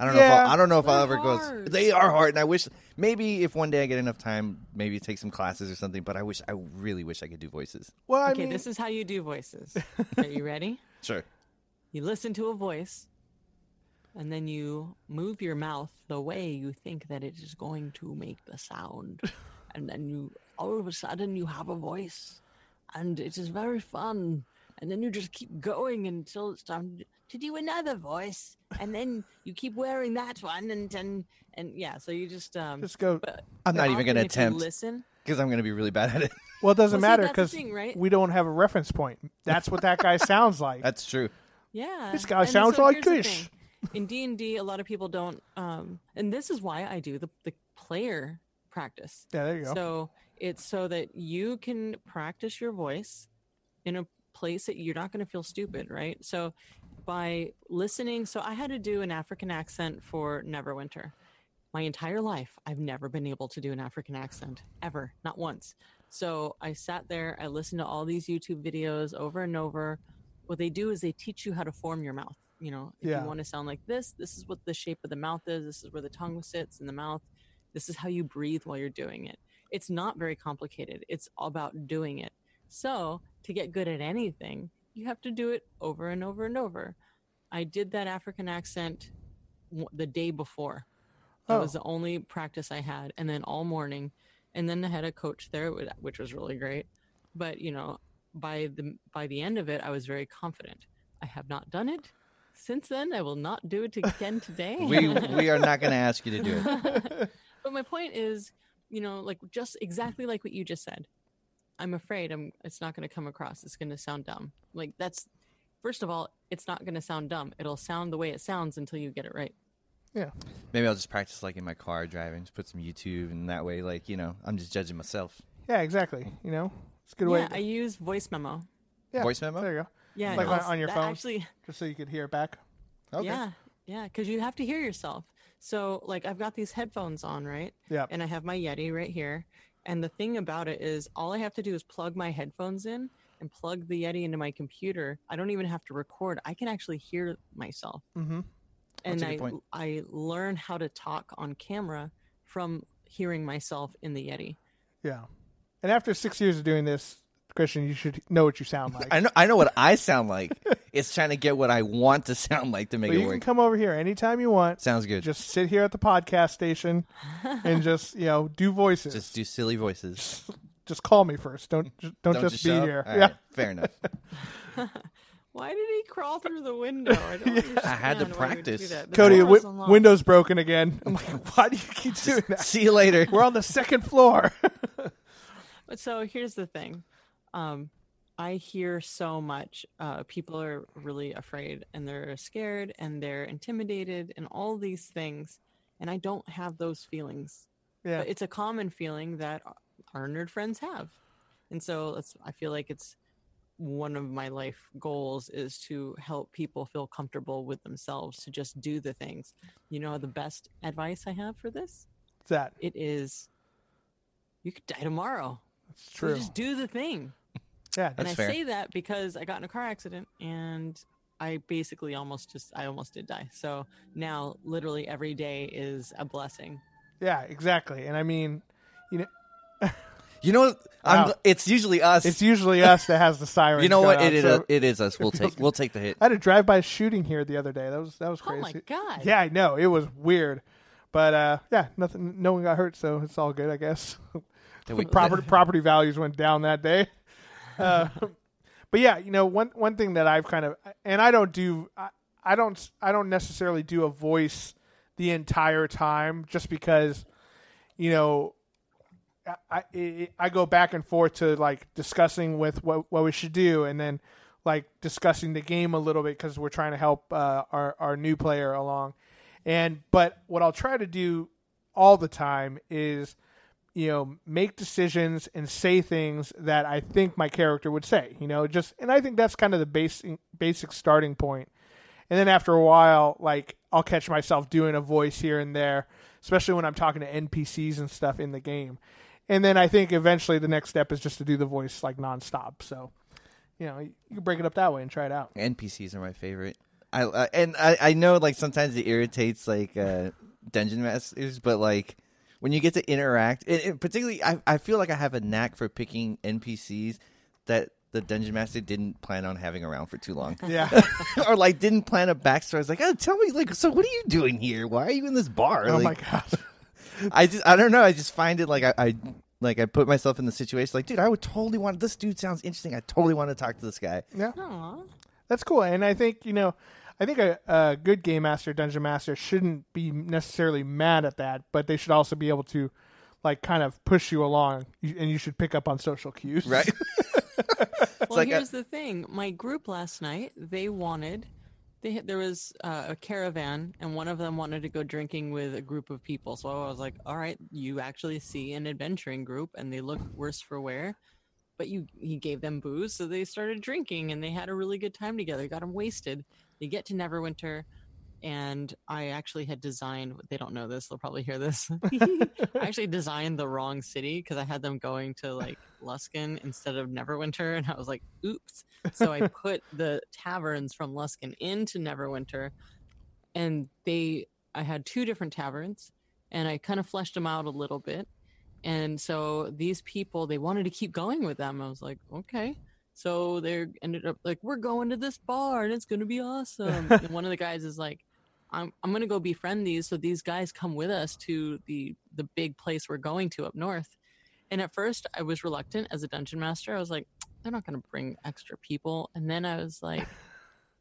Speaker 2: I don't know. If I'll,
Speaker 1: Yeah.
Speaker 2: I don't know if I'll ever
Speaker 3: They're
Speaker 2: go.
Speaker 3: hard.
Speaker 2: They are hard, and I wish maybe if one day I get enough time, maybe take some classes or something. But I wish. I really wish I could do voices.
Speaker 1: Well, I
Speaker 3: okay,
Speaker 1: mean,
Speaker 3: this is how you do voices.
Speaker 1: *laughs*
Speaker 3: Are you ready?
Speaker 2: Sure.
Speaker 3: You listen to a voice, and then you move your mouth the way you think that it is going to make the
Speaker 2: *laughs*
Speaker 3: sound. and then you, all of a sudden, you have a voice, and it is very fun. And then you just keep going until it's time to do another voice, and then you keep wearing that one, and and, and yeah. So you just um.
Speaker 1: just go.
Speaker 3: but
Speaker 2: I'm not even
Speaker 3: often
Speaker 2: going to
Speaker 3: if you
Speaker 2: attempt
Speaker 3: Listen,
Speaker 2: because I'm going to be really bad
Speaker 1: *laughs*
Speaker 2: at it.
Speaker 1: Well, it doesn't
Speaker 3: Well, see,
Speaker 1: matter
Speaker 3: that's the
Speaker 1: because
Speaker 3: thing, right?
Speaker 1: we don't have a reference point. That's what
Speaker 3: *laughs*
Speaker 1: that guy sounds like.
Speaker 2: That's true.
Speaker 3: Yeah.
Speaker 1: This guy
Speaker 3: and
Speaker 1: sounds
Speaker 3: so
Speaker 1: like
Speaker 3: here's the
Speaker 1: this.
Speaker 3: thing. In D and D, a lot of people don't, um, and this is why I do the the player practice.
Speaker 1: yeah, there you go.
Speaker 3: So it's so that you can practice your voice in a place that you're not going to feel stupid, right? So by listening, so I had to do an African accent for Neverwinter. My entire life, I've never been able to do an African accent ever, not once. So I sat there, I listened to all these YouTube videos over and over. What they do is they teach you how to form your mouth. You know, if
Speaker 1: Yeah.
Speaker 3: you want to sound like this, this is what the shape of the mouth is, this is where the tongue sits in the mouth, this is how you breathe while you're doing it it's not very complicated. It's all about doing it. So, to get good at anything, you have to do it over and over and over. I did that African accent w- the day before. That was
Speaker 1: Oh.
Speaker 3: the only practice I had. And then all morning. And then I had a coach there, wh- which was really great. But, you know, by the by the end of it, I was very confident. I have not done it since then. I will not do it
Speaker 1: *laughs*
Speaker 3: again today. *laughs*
Speaker 2: We we are not going to ask you to do it.
Speaker 3: But my point is, you know, like just exactly like what you just said. I'm afraid I'm it's not going to come across. It's going to sound dumb. Like that's first of all, it's not going to sound dumb. It'll sound the way it sounds until you get it right.
Speaker 1: yeah,
Speaker 2: Maybe I'll just practice like in my car driving, just put some YouTube, and that way, like you know, I'm just judging myself.
Speaker 1: yeah, exactly. You know, it's a good way.
Speaker 3: yeah, I use voice memo.
Speaker 1: yeah,
Speaker 2: Voice memo?
Speaker 1: There you
Speaker 3: Yeah,
Speaker 1: Like
Speaker 3: it
Speaker 1: on-
Speaker 3: also-
Speaker 1: on your
Speaker 3: that
Speaker 1: phone?
Speaker 3: Actually,
Speaker 1: go. Just so you could hear it back.
Speaker 2: Okay.
Speaker 3: yeah, yeah, because you have to hear yourself. So like I've got these headphones on, right?
Speaker 1: Yeah.
Speaker 3: and I have my Yeti right here. And the thing about it is, all I have to do is plug my headphones in and plug the Yeti into my computer. I don't even have to record. I can actually hear myself.
Speaker 1: Mm-hmm.
Speaker 3: and
Speaker 2: a good
Speaker 3: I,
Speaker 2: point.
Speaker 3: I learn how to talk on camera from hearing myself in the Yeti.
Speaker 1: Yeah. And after six years of doing this, Christian, you should know what you sound like.
Speaker 2: *laughs* I know I know what I sound like. it's trying to get what I want to sound like to make
Speaker 1: But
Speaker 2: it
Speaker 1: you can
Speaker 2: work.
Speaker 1: come over here anytime you want.
Speaker 2: Sounds good.
Speaker 1: *laughs*
Speaker 2: Just,
Speaker 1: Just sit here at the podcast
Speaker 3: *laughs*
Speaker 1: station and just you know do voices. Just,
Speaker 2: do silly voices.
Speaker 1: call me first. Don't just, don't,
Speaker 2: Don't
Speaker 1: just, be
Speaker 2: shout.
Speaker 1: here.
Speaker 2: All
Speaker 1: yeah.
Speaker 2: right, fair
Speaker 1: *laughs*
Speaker 2: enough.
Speaker 3: Why did he crawl through the window? I,
Speaker 1: *laughs*
Speaker 3: don't understand
Speaker 2: I had to
Speaker 3: why he would do
Speaker 2: practice.
Speaker 3: that. The
Speaker 1: Cody,
Speaker 3: door
Speaker 1: wi-
Speaker 3: was unlocked.
Speaker 1: window's broken again. *laughs* I'm like, why do you
Speaker 2: *laughs*
Speaker 1: keep doing that?
Speaker 2: See you later.
Speaker 1: We're on the second floor. *laughs*
Speaker 3: So here's the thing. Um, I hear so much. Uh, people are really afraid and they're scared and they're intimidated and all these things. And I don't have those feelings.
Speaker 1: yeah.
Speaker 3: But it's a common feeling that our nerd friends have. And so that's, I feel like it's one of my life goals is to help people feel comfortable with themselves to just do the things. You know, the best advice I have for this?
Speaker 1: It's that.
Speaker 3: It is you could die tomorrow.
Speaker 1: That's It's
Speaker 3: So
Speaker 1: true.
Speaker 3: just do the thing.
Speaker 1: yeah,
Speaker 3: and
Speaker 2: That's
Speaker 3: I
Speaker 2: fair.
Speaker 3: say that because I got in a car accident and I basically almost just I almost did die. So now literally every day is a blessing.
Speaker 1: yeah, exactly. And I mean, you know,
Speaker 2: You know, I'm,
Speaker 1: Wow.
Speaker 2: it's usually us.
Speaker 1: it's usually us that has the *laughs* sirens.
Speaker 2: you know what?
Speaker 1: going
Speaker 2: It, it,
Speaker 1: on, so-
Speaker 2: it
Speaker 1: *laughs*
Speaker 2: is us. We'll take we'll take the hit.
Speaker 1: I had a drive-by shooting here the other day. That was that was
Speaker 3: Oh
Speaker 1: crazy.
Speaker 3: my god.
Speaker 1: Yeah, I know. It was weird. But uh, yeah, nothing. No one got hurt, so it's all good, I guess. *laughs*
Speaker 2: *laughs*
Speaker 1: property property values went down that day. *laughs* Uh, but yeah, you know one one thing that I've kind of and I don't do I, I don't I don't necessarily do a voice the entire time just because you know I I, it- I go back and forth to like discussing with what what we should do and then like discussing the game a little bit because we're trying to help uh, our our new player along and but what I'll try to do all the time is you know make decisions and say things that I think my character would say. You know, just and I think that's kind of the basic basic starting point. And then after a while, like I'll catch myself doing a voice here and there, especially when I'm talking to NPCs and stuff in the game. And then I think eventually the next step is just to do the voice like nonstop. So, you know, you can break it up that way and try it
Speaker 2: *laughs*
Speaker 1: out.
Speaker 2: NPCs are my favorite. I uh, and I, I know like sometimes it irritates like uh, dungeon masters, but like when you get to interact, and, and particularly I I feel like I have a knack for picking NPCs that the dungeon master didn't plan on having around for too long,
Speaker 1: Yeah.
Speaker 2: *laughs* or like didn't plan a backstory. It's like, oh, tell me, like, so what are you doing here? Why are you in this bar?
Speaker 1: *laughs* oh
Speaker 2: like,
Speaker 1: my god.
Speaker 2: I just I don't know. I just find it like I, I like I put myself in the situation. Like, dude, I would totally want this dude sounds interesting. I totally want to talk to this guy.
Speaker 3: Aw.
Speaker 1: That's cool, and I think you know, I think a, a good game master, dungeon master, shouldn't be necessarily mad at that, but they should also be able to, like, kind of push you along, You- and you should pick up on social cues,
Speaker 2: Right?
Speaker 3: Well,
Speaker 2: like a-
Speaker 3: here's the thing. My group last night, they wanted they had- there was uh, a caravan and one of them wanted to go drinking with a group of people. So I was like, "All right, you actually see an adventuring group and they look worse for wear." But you he gave them booze, so they started drinking and they had a really good time together. Got them wasted. They get to Neverwinter and I actually had designed they don't know this, they'll probably hear this. I actually designed the wrong city because I had them going to like Luskin instead of Neverwinter, and I was like, "Oops!" So I put the taverns from Luskin into Neverwinter, and they, I had two different taverns, and I kind of fleshed them out a little bit, and so these people they wanted to keep going with them. I was like, "Okay." So they ended up like, "We're going to this bar, and it's going to be awesome." and one of the guys is like. I'm I'm gonna go befriend these so these guys come with us to the the big place we're going to up north. And at first I was reluctant as a dungeon master. I was like, they're not gonna bring extra people. And then I was like,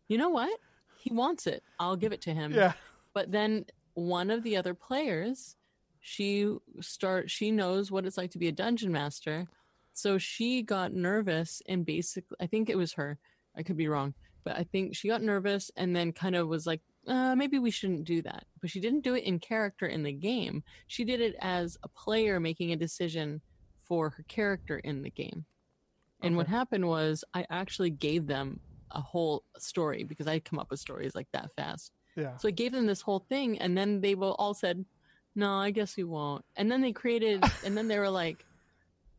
Speaker 3: you know what? He wants it. I'll give it to
Speaker 1: *laughs*
Speaker 3: him.
Speaker 1: Yeah,
Speaker 3: But then one of the other players, she start she knows what it's like to be a dungeon master. So she got nervous and basically I think it was her. I could be wrong, but I think she got nervous and then kind of was like, uh, maybe we shouldn't do that. But she didn't do it in character in the game. She did it as a player making a decision for her character in the game. And what happened was I actually gave them a whole story because I come up with stories like that fast.
Speaker 1: yeah.
Speaker 3: So I gave them this whole thing, and then they will all said, "No, I guess we won't." And then they
Speaker 1: *laughs*
Speaker 3: created, and then they were like,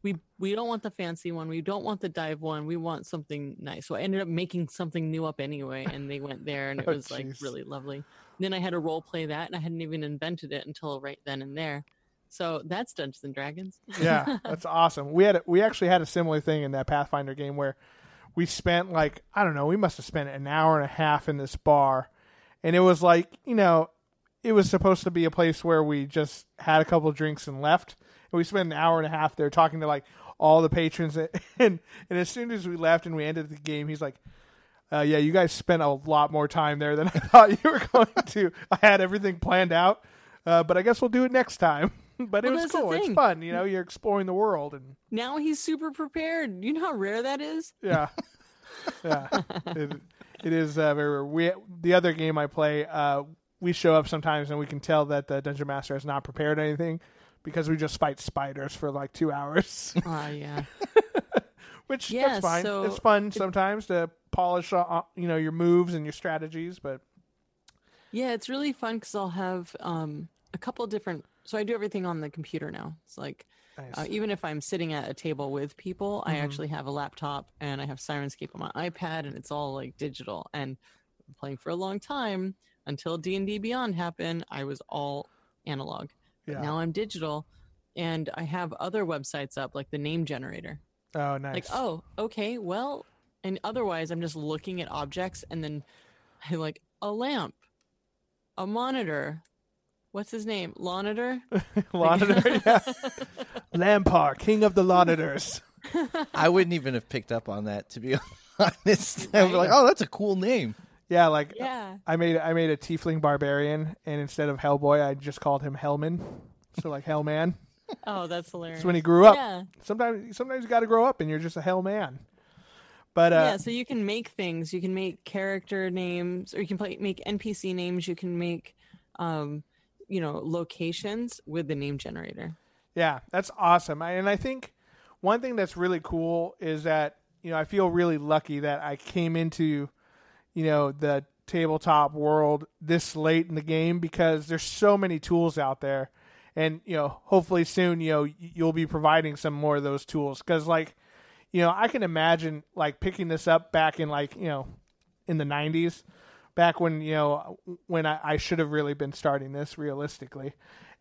Speaker 3: "We we don't want the fancy one. We don't want the dive one. We want something nice." So I ended up making something new up anyway, and they went there, and it
Speaker 1: *laughs* Oh,
Speaker 3: was like
Speaker 1: jeez.
Speaker 3: really lovely. Then I had to role play that, and I hadn't even invented it until right then and there. So that's Dungeons and Dragons.
Speaker 1: yeah, that's awesome. We had a, we actually had a similar thing in that Pathfinder game where we spent like I don't know, we must have spent an hour and a half in this bar, and it was like you know, it was supposed to be a place where we just had a couple drinks and left, and we spent an hour and a half there talking to like all the patrons, *laughs* and and, and as soon as we left and we ended the game, he's like. Uh, yeah, you guys spent a lot more time there than I *laughs* thought you were going to. I had everything planned out, uh, but I guess we'll do it next time. *laughs* but it
Speaker 3: Well,
Speaker 1: was
Speaker 3: that's the
Speaker 1: cool. It's
Speaker 3: thing.
Speaker 1: fun. You know, you're exploring the world, and
Speaker 3: Now he's super prepared. You know how rare that
Speaker 1: *laughs*
Speaker 3: is.
Speaker 1: yeah, yeah. It, it is uh, very rare. We the other game I play, uh, we show up sometimes and we can tell that the dungeon master has not prepared anything because we just fight spiders for like two hours, *laughs*
Speaker 3: Ah, yeah.
Speaker 1: which
Speaker 3: Yeah,
Speaker 1: that's fine.
Speaker 3: so
Speaker 1: it's fun sometimes to polish uh, you know your moves and your strategies, but
Speaker 3: Yeah, it's really fun because I'll have um, a couple different. So I do everything on the computer now. It's like
Speaker 1: Nice. Mm-hmm.
Speaker 3: Uh, even if I'm sitting at a table with people, I actually have a laptop and I have Sirenscape on my iPad, and it's all like digital. And I'm playing for a long time until D and D Beyond happened, I was all analog. But
Speaker 1: Yeah.
Speaker 3: now I'm digital, and I have other websites up, like the name generator.
Speaker 1: oh, nice.
Speaker 3: Like,
Speaker 1: *laughs*
Speaker 3: oh, okay, well, and otherwise, I'm just looking at objects, and then I like a lamp, a monitor. What's his name?
Speaker 1: *laughs*
Speaker 3: Lonitor.
Speaker 1: Lauditor, yeah. Lampar, king of the Lauditors.
Speaker 2: *laughs* I wouldn't even have picked up on that to be *laughs* honest. I was like, oh, that's a cool name.
Speaker 1: Yeah, like
Speaker 3: Yeah.
Speaker 1: I made I made a tiefling barbarian, and instead of Hellboy, I just called him Hellman. So like Hellman.
Speaker 3: Oh, that's hilarious.
Speaker 1: It's when he grew up.
Speaker 3: Yeah.
Speaker 1: Sometimes sometimes you got to grow up, and you're just a Hellman. But uh,
Speaker 3: yeah, so you can make things. You can make character names, or you can play, make NPC names. You can make, um, you know, locations with the name generator.
Speaker 1: Yeah, that's awesome. I, and I think one thing that's really cool is that you know I feel really lucky that I came into you know the tabletop world this late in the game because there's so many tools out there, and you know hopefully soon you know y- you'll be providing some more of those tools because like you know I can imagine like picking this up back in like you know in the 90s back when you know when i, I should have really been starting this realistically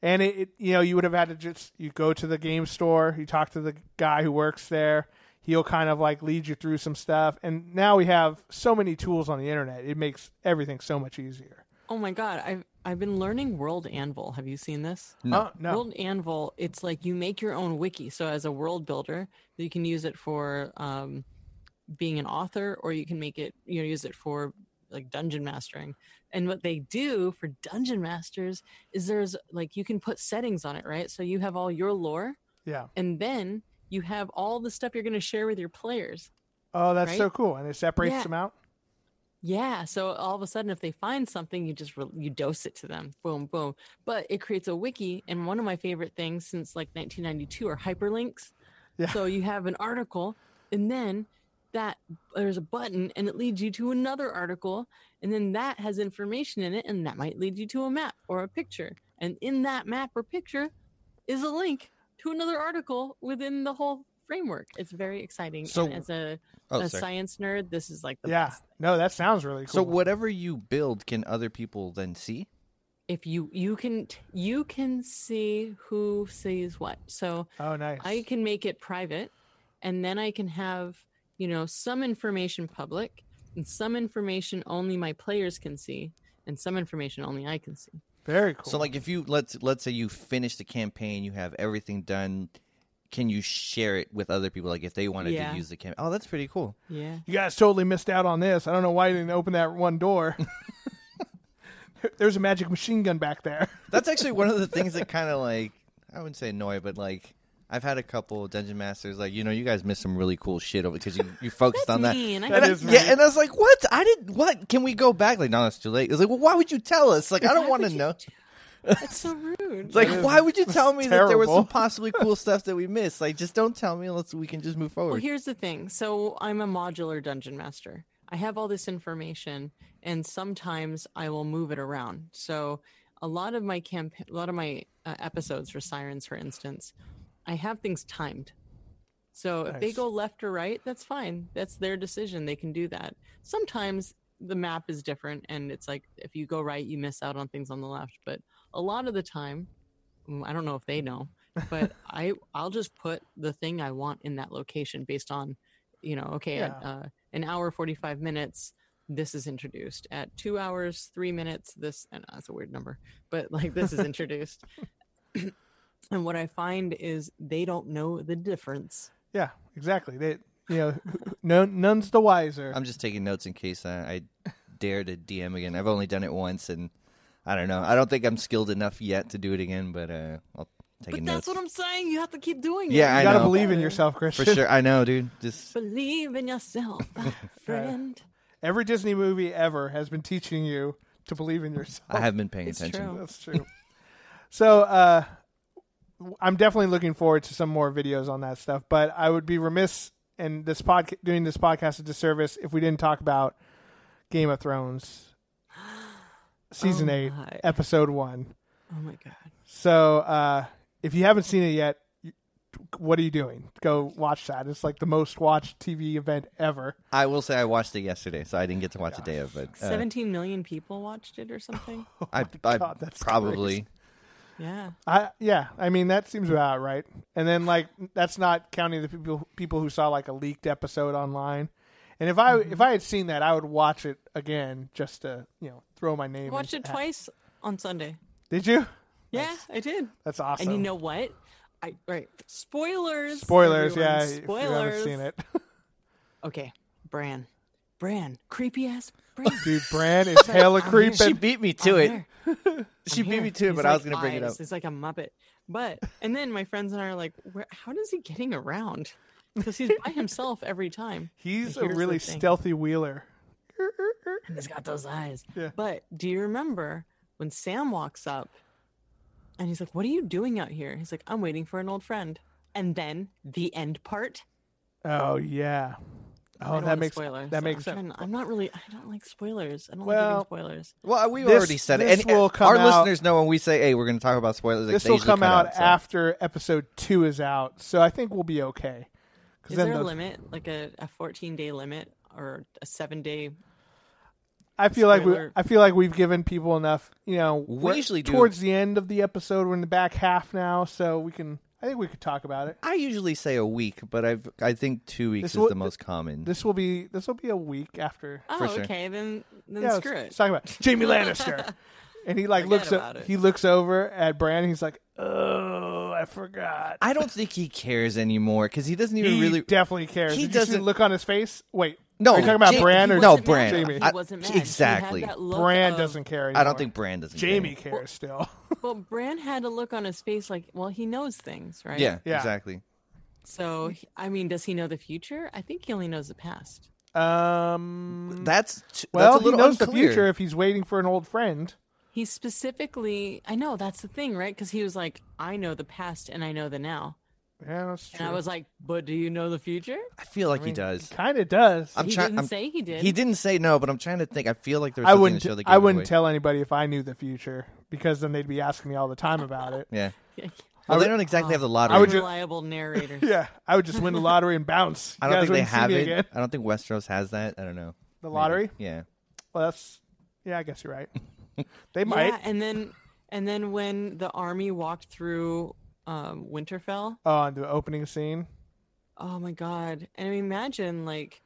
Speaker 1: and it, it you know you would have had to just you go to the game store you talk to the guy who works there he'll kind of like lead you through some stuff and now we have so many tools on the internet it makes everything so much easier
Speaker 3: Oh my god, I've I've been learning World Anvil. Have you seen this?
Speaker 1: no no
Speaker 3: World Anvil, it's like you make your own wiki. So as a world builder, you can use it for um, being an author, or you can make it, you know, use it for like dungeon mastering. And what they do for dungeon masters is there's like you can put settings on it, right? So you have all your lore,
Speaker 1: yeah
Speaker 3: and then you have all the stuff you're going to share with your players.
Speaker 1: oh that's so
Speaker 3: Right?
Speaker 1: cool and it separates
Speaker 3: Yeah.
Speaker 1: them out
Speaker 3: Yeah, so all of a sudden, if they find something, you just re- you dose it to them, boom, boom. But it creates a wiki, and one of my favorite things since like 1992 are hyperlinks.
Speaker 1: Yeah.
Speaker 3: So you have an article, and then that there's a button, and it leads you to another article, and then that has information in it, and that might lead you to a map or a picture, and in that map or picture is a link to another article within the whole framework. It's very exciting.
Speaker 2: So-
Speaker 3: and as a,
Speaker 2: Oh,
Speaker 3: a
Speaker 2: sorry.
Speaker 3: science nerd, this is like the
Speaker 1: yeah
Speaker 3: best.
Speaker 1: no that sounds really cool
Speaker 2: So whatever you build, can other people then see?
Speaker 3: if you you can t- you can see who sees what so
Speaker 1: oh nice
Speaker 3: i can make it private and then i can have you know some information public and some information only my players can see and some information only i can see
Speaker 1: very cool
Speaker 2: So like if you let's let's say you finish the campaign, you have everything done, can you share it with other people? Like if they wanted
Speaker 3: Yeah.
Speaker 2: to use the campaign. Oh, that's pretty cool.
Speaker 3: yeah
Speaker 1: you guys totally missed out on this. I don't know why you didn't open that one door. *laughs*
Speaker 2: *laughs*
Speaker 1: There's a magic machine gun back there.
Speaker 2: That's actually one of the things that kind of like I wouldn't say annoy, but like I've had a couple dungeon masters like you know you guys missed some really cool shit over because you
Speaker 3: *laughs*
Speaker 2: you focused on that.
Speaker 3: mean. I
Speaker 2: And I-
Speaker 1: That is
Speaker 2: yeah,
Speaker 1: mean.
Speaker 2: and I was like, "What? I didn't. What? Can we go back?" Like, no, that's too late. It's like, well, why would you tell us? Like, I don't
Speaker 3: Why
Speaker 2: want to
Speaker 3: would you
Speaker 2: know.
Speaker 3: do- that's so rude
Speaker 2: It's like, why would you tell me that there was
Speaker 1: terrible.
Speaker 2: some
Speaker 1: *laughs*
Speaker 2: possibly cool stuff that we missed? Like, just don't tell me. Let's we can just move forward.
Speaker 3: Well, here's the thing. So I'm a modular dungeon master. I have all this information, and sometimes I will move it around. So a lot of my camp, a lot of my uh, episodes for Sirens, for instance, I have things timed. So if they
Speaker 1: Nice.
Speaker 3: go left or right, that's fine. That's their decision. They can do that. Sometimes the map is different, and it's like if you go right, you miss out on things on the left. But a lot of the time, mm, I don't know if they know,
Speaker 1: *laughs*
Speaker 3: but I I'll just put the thing I want in that location based on, you know, okay, at,
Speaker 1: Yeah.
Speaker 3: uh, an hour forty five minutes. This is introduced at two hours three minutes. This and uh, that's a weird number, but like this
Speaker 1: *laughs*
Speaker 3: is introduced. *clears throat* and what I find is they don't know the difference.
Speaker 1: Yeah, exactly. They, you know, *laughs* no, none's the wiser.
Speaker 2: I'm just taking notes in case I, I dare to DM again. I've only done it once, and I don't know. I don't think I'm skilled enough yet to do it again, but uh, I'll take
Speaker 3: But
Speaker 2: a
Speaker 3: that's
Speaker 2: notes.
Speaker 3: what I'm saying. You have to keep doing
Speaker 2: Yeah,
Speaker 3: it.
Speaker 1: you
Speaker 2: I
Speaker 1: gotta
Speaker 2: know.
Speaker 1: believe in
Speaker 3: Better.
Speaker 1: yourself,
Speaker 2: for
Speaker 1: Christian.
Speaker 2: sure. I know, dude. Just
Speaker 3: Believe
Speaker 1: *laughs*
Speaker 3: in yourself, friend.
Speaker 1: Every Disney movie ever has been teaching you to believe in yourself.
Speaker 2: I have been paying
Speaker 3: It's
Speaker 2: attention.
Speaker 3: true.
Speaker 1: That's true. so, uh, I'm definitely looking forward to some more videos on that stuff. But I would be remiss and this podcast doing this podcast a disservice if we didn't talk about Game of
Speaker 3: *gasps*
Speaker 1: Thrones, season
Speaker 3: Oh
Speaker 1: eight,
Speaker 3: my.
Speaker 1: episode one.
Speaker 3: Oh my god.
Speaker 1: So uh, if you haven't seen it yet, you- what are you doing? Go watch that. It's like the most watched TV event ever.
Speaker 2: I will say I watched it yesterday, so I didn't get to watch a day of it. Uh,
Speaker 3: 17 million people watched it
Speaker 1: *laughs*
Speaker 3: or something.
Speaker 2: I, I
Speaker 1: God, that's
Speaker 2: probably
Speaker 3: yeah.
Speaker 1: I yeah, I mean that seems about right. And then like that's not counting the people people who saw like a leaked episode online. And if I
Speaker 3: Mm-hmm.
Speaker 1: if I had seen that, I would watch it again just to you know throw my name.
Speaker 3: I watched
Speaker 1: in-
Speaker 3: it twice on Sunday.
Speaker 1: Did you?
Speaker 3: Yeah, I did.
Speaker 1: That's awesome.
Speaker 3: And you know what? I right. Spoilers.
Speaker 1: spoilers,
Speaker 3: everyone,
Speaker 1: yeah. If you haven't
Speaker 3: Spoilers.
Speaker 1: seen
Speaker 3: *laughs*
Speaker 1: it,
Speaker 3: Okay. Bran. Bran. Creepy ass
Speaker 1: *laughs*
Speaker 3: Bran.
Speaker 1: dude, Bran is
Speaker 3: *laughs*
Speaker 1: hella
Speaker 2: she
Speaker 1: creepy.
Speaker 2: beat me to
Speaker 3: I'm
Speaker 2: it.
Speaker 3: here.
Speaker 2: She
Speaker 3: I'm
Speaker 2: beat
Speaker 3: here.
Speaker 2: me to it,
Speaker 3: He's
Speaker 2: but I
Speaker 3: like
Speaker 2: was gonna bring it
Speaker 3: eyes.
Speaker 2: up.
Speaker 3: He's like a muppet. But and then my friends and I are like, Where, how does he getting around? Because he's by himself every time.
Speaker 1: He's
Speaker 3: But
Speaker 1: a
Speaker 3: here's the
Speaker 1: really
Speaker 3: thing.
Speaker 1: stealthy wheeler.
Speaker 3: And he's got those eyes.
Speaker 1: Yeah.
Speaker 3: But do you remember when Sam walks up and he's like, What are you doing out here? He's like, I'm waiting for an old friend. And then the end part.
Speaker 1: Oh yeah.
Speaker 3: I
Speaker 1: Oh,
Speaker 3: don't
Speaker 1: that
Speaker 3: want
Speaker 1: makes
Speaker 3: spoilers.
Speaker 1: that makes
Speaker 3: I'm
Speaker 1: sense.
Speaker 3: trying- I'm not really. I don't like spoilers. I don't
Speaker 1: Well,
Speaker 3: like giving spoilers.
Speaker 2: Well, we've
Speaker 1: This-
Speaker 2: already said it.
Speaker 1: this
Speaker 2: And
Speaker 1: will
Speaker 2: our
Speaker 1: come out-
Speaker 2: listeners know when we say, "Hey, we're going to talk about spoilers." Like,
Speaker 1: This
Speaker 2: they
Speaker 1: will
Speaker 2: usually
Speaker 1: come out
Speaker 2: so.
Speaker 1: after episode two is out, so I think we'll be okay. 'Cause
Speaker 3: Is
Speaker 1: then
Speaker 3: there a
Speaker 1: those-
Speaker 3: limit, like a, a 14 day limit or a seven day?
Speaker 1: I feel like we,
Speaker 3: Spoiler.
Speaker 1: I feel like we've given people enough. You know, we're
Speaker 2: usually do-
Speaker 1: towards the end of the episode, we're in the back half now, so we can. I think we could talk about it.
Speaker 2: I usually say a week, but I've I think two weeks
Speaker 1: This
Speaker 2: is
Speaker 1: will-
Speaker 2: the most common.
Speaker 1: This will be this will be a week after.
Speaker 3: Oh,
Speaker 2: sure.
Speaker 3: okay. Then then
Speaker 1: yeah,
Speaker 3: screw
Speaker 1: let's
Speaker 3: it.
Speaker 1: talk
Speaker 3: *laughs*
Speaker 1: about Jamie Lannister, and he like
Speaker 3: Forget
Speaker 1: looks o-
Speaker 3: about it.
Speaker 1: he looks over at Bran. And he's like, "Oh, I forgot."
Speaker 2: I don't think he cares anymore because he doesn't even
Speaker 1: he
Speaker 2: really.
Speaker 1: definitely cares. Did
Speaker 2: he
Speaker 1: you see the
Speaker 2: doesn't-
Speaker 1: look on his face. Wait,
Speaker 2: No,
Speaker 1: are you talking about
Speaker 2: Ja-
Speaker 1: Bran
Speaker 2: he
Speaker 1: or
Speaker 2: No,
Speaker 3: wasn't mad.
Speaker 2: Bran.
Speaker 1: Jamie.
Speaker 3: He wasn't mad. He had
Speaker 2: exactly.
Speaker 3: that look
Speaker 1: Bran
Speaker 3: of-
Speaker 1: doesn't care. Anymore.
Speaker 2: I don't think Bran doesn't. care
Speaker 1: Jamie
Speaker 2: anymore.
Speaker 1: cares
Speaker 2: *laughs*
Speaker 1: still.
Speaker 3: Well, Bran had a look on his face like, well, he knows things, right?
Speaker 2: Yeah,
Speaker 1: Yeah.
Speaker 2: exactly.
Speaker 3: So he- I mean, does he know the future? I think he only knows the past. Mm.
Speaker 1: um,
Speaker 2: That's t-
Speaker 1: well,
Speaker 2: that's a
Speaker 1: he
Speaker 2: little
Speaker 1: knows the
Speaker 2: unclear.
Speaker 1: future if he's waiting for an old friend.
Speaker 3: He specifically, I know that's the thing, right? Because he was like, I know the past and I know the now,
Speaker 1: Yeah, that's
Speaker 3: and I was like, but do you know the future?
Speaker 2: I feel like he does.
Speaker 1: kind of does.
Speaker 2: I'm
Speaker 3: he
Speaker 2: trying.
Speaker 3: didn't
Speaker 2: I'm,
Speaker 3: say he did.
Speaker 2: He
Speaker 3: *laughs*
Speaker 2: didn't say no, but I'm trying to think. I feel like there was
Speaker 1: I
Speaker 2: something
Speaker 1: wouldn't.
Speaker 2: in the show that gave
Speaker 1: I
Speaker 2: it
Speaker 1: wouldn't
Speaker 2: away.
Speaker 1: tell anybody if I knew the future because then they'd be asking me all the time about
Speaker 2: *laughs*
Speaker 1: it.
Speaker 2: Yeah.
Speaker 3: Yeah.
Speaker 2: Well, they don't exactly have the lottery.
Speaker 1: Oh. I would ju-
Speaker 3: Unreliable
Speaker 1: *laughs*
Speaker 3: narrators.
Speaker 1: Yeah, I would just win the lottery and bounce.
Speaker 2: *laughs* I
Speaker 1: You guys
Speaker 2: don't think they
Speaker 1: wouldn't see
Speaker 2: have
Speaker 1: me
Speaker 2: it.
Speaker 1: again.
Speaker 2: I don't think Westeros has that. I don't know.
Speaker 1: The
Speaker 2: Maybe.
Speaker 1: lottery?
Speaker 2: Yeah.
Speaker 1: Well, that's yeah. I guess you're
Speaker 2: *laughs*
Speaker 1: right. They might.
Speaker 3: Yeah, and then and then when the army walked through um, Winterfell,
Speaker 1: On Oh, the opening scene.
Speaker 3: oh my god! And I mean, imagine like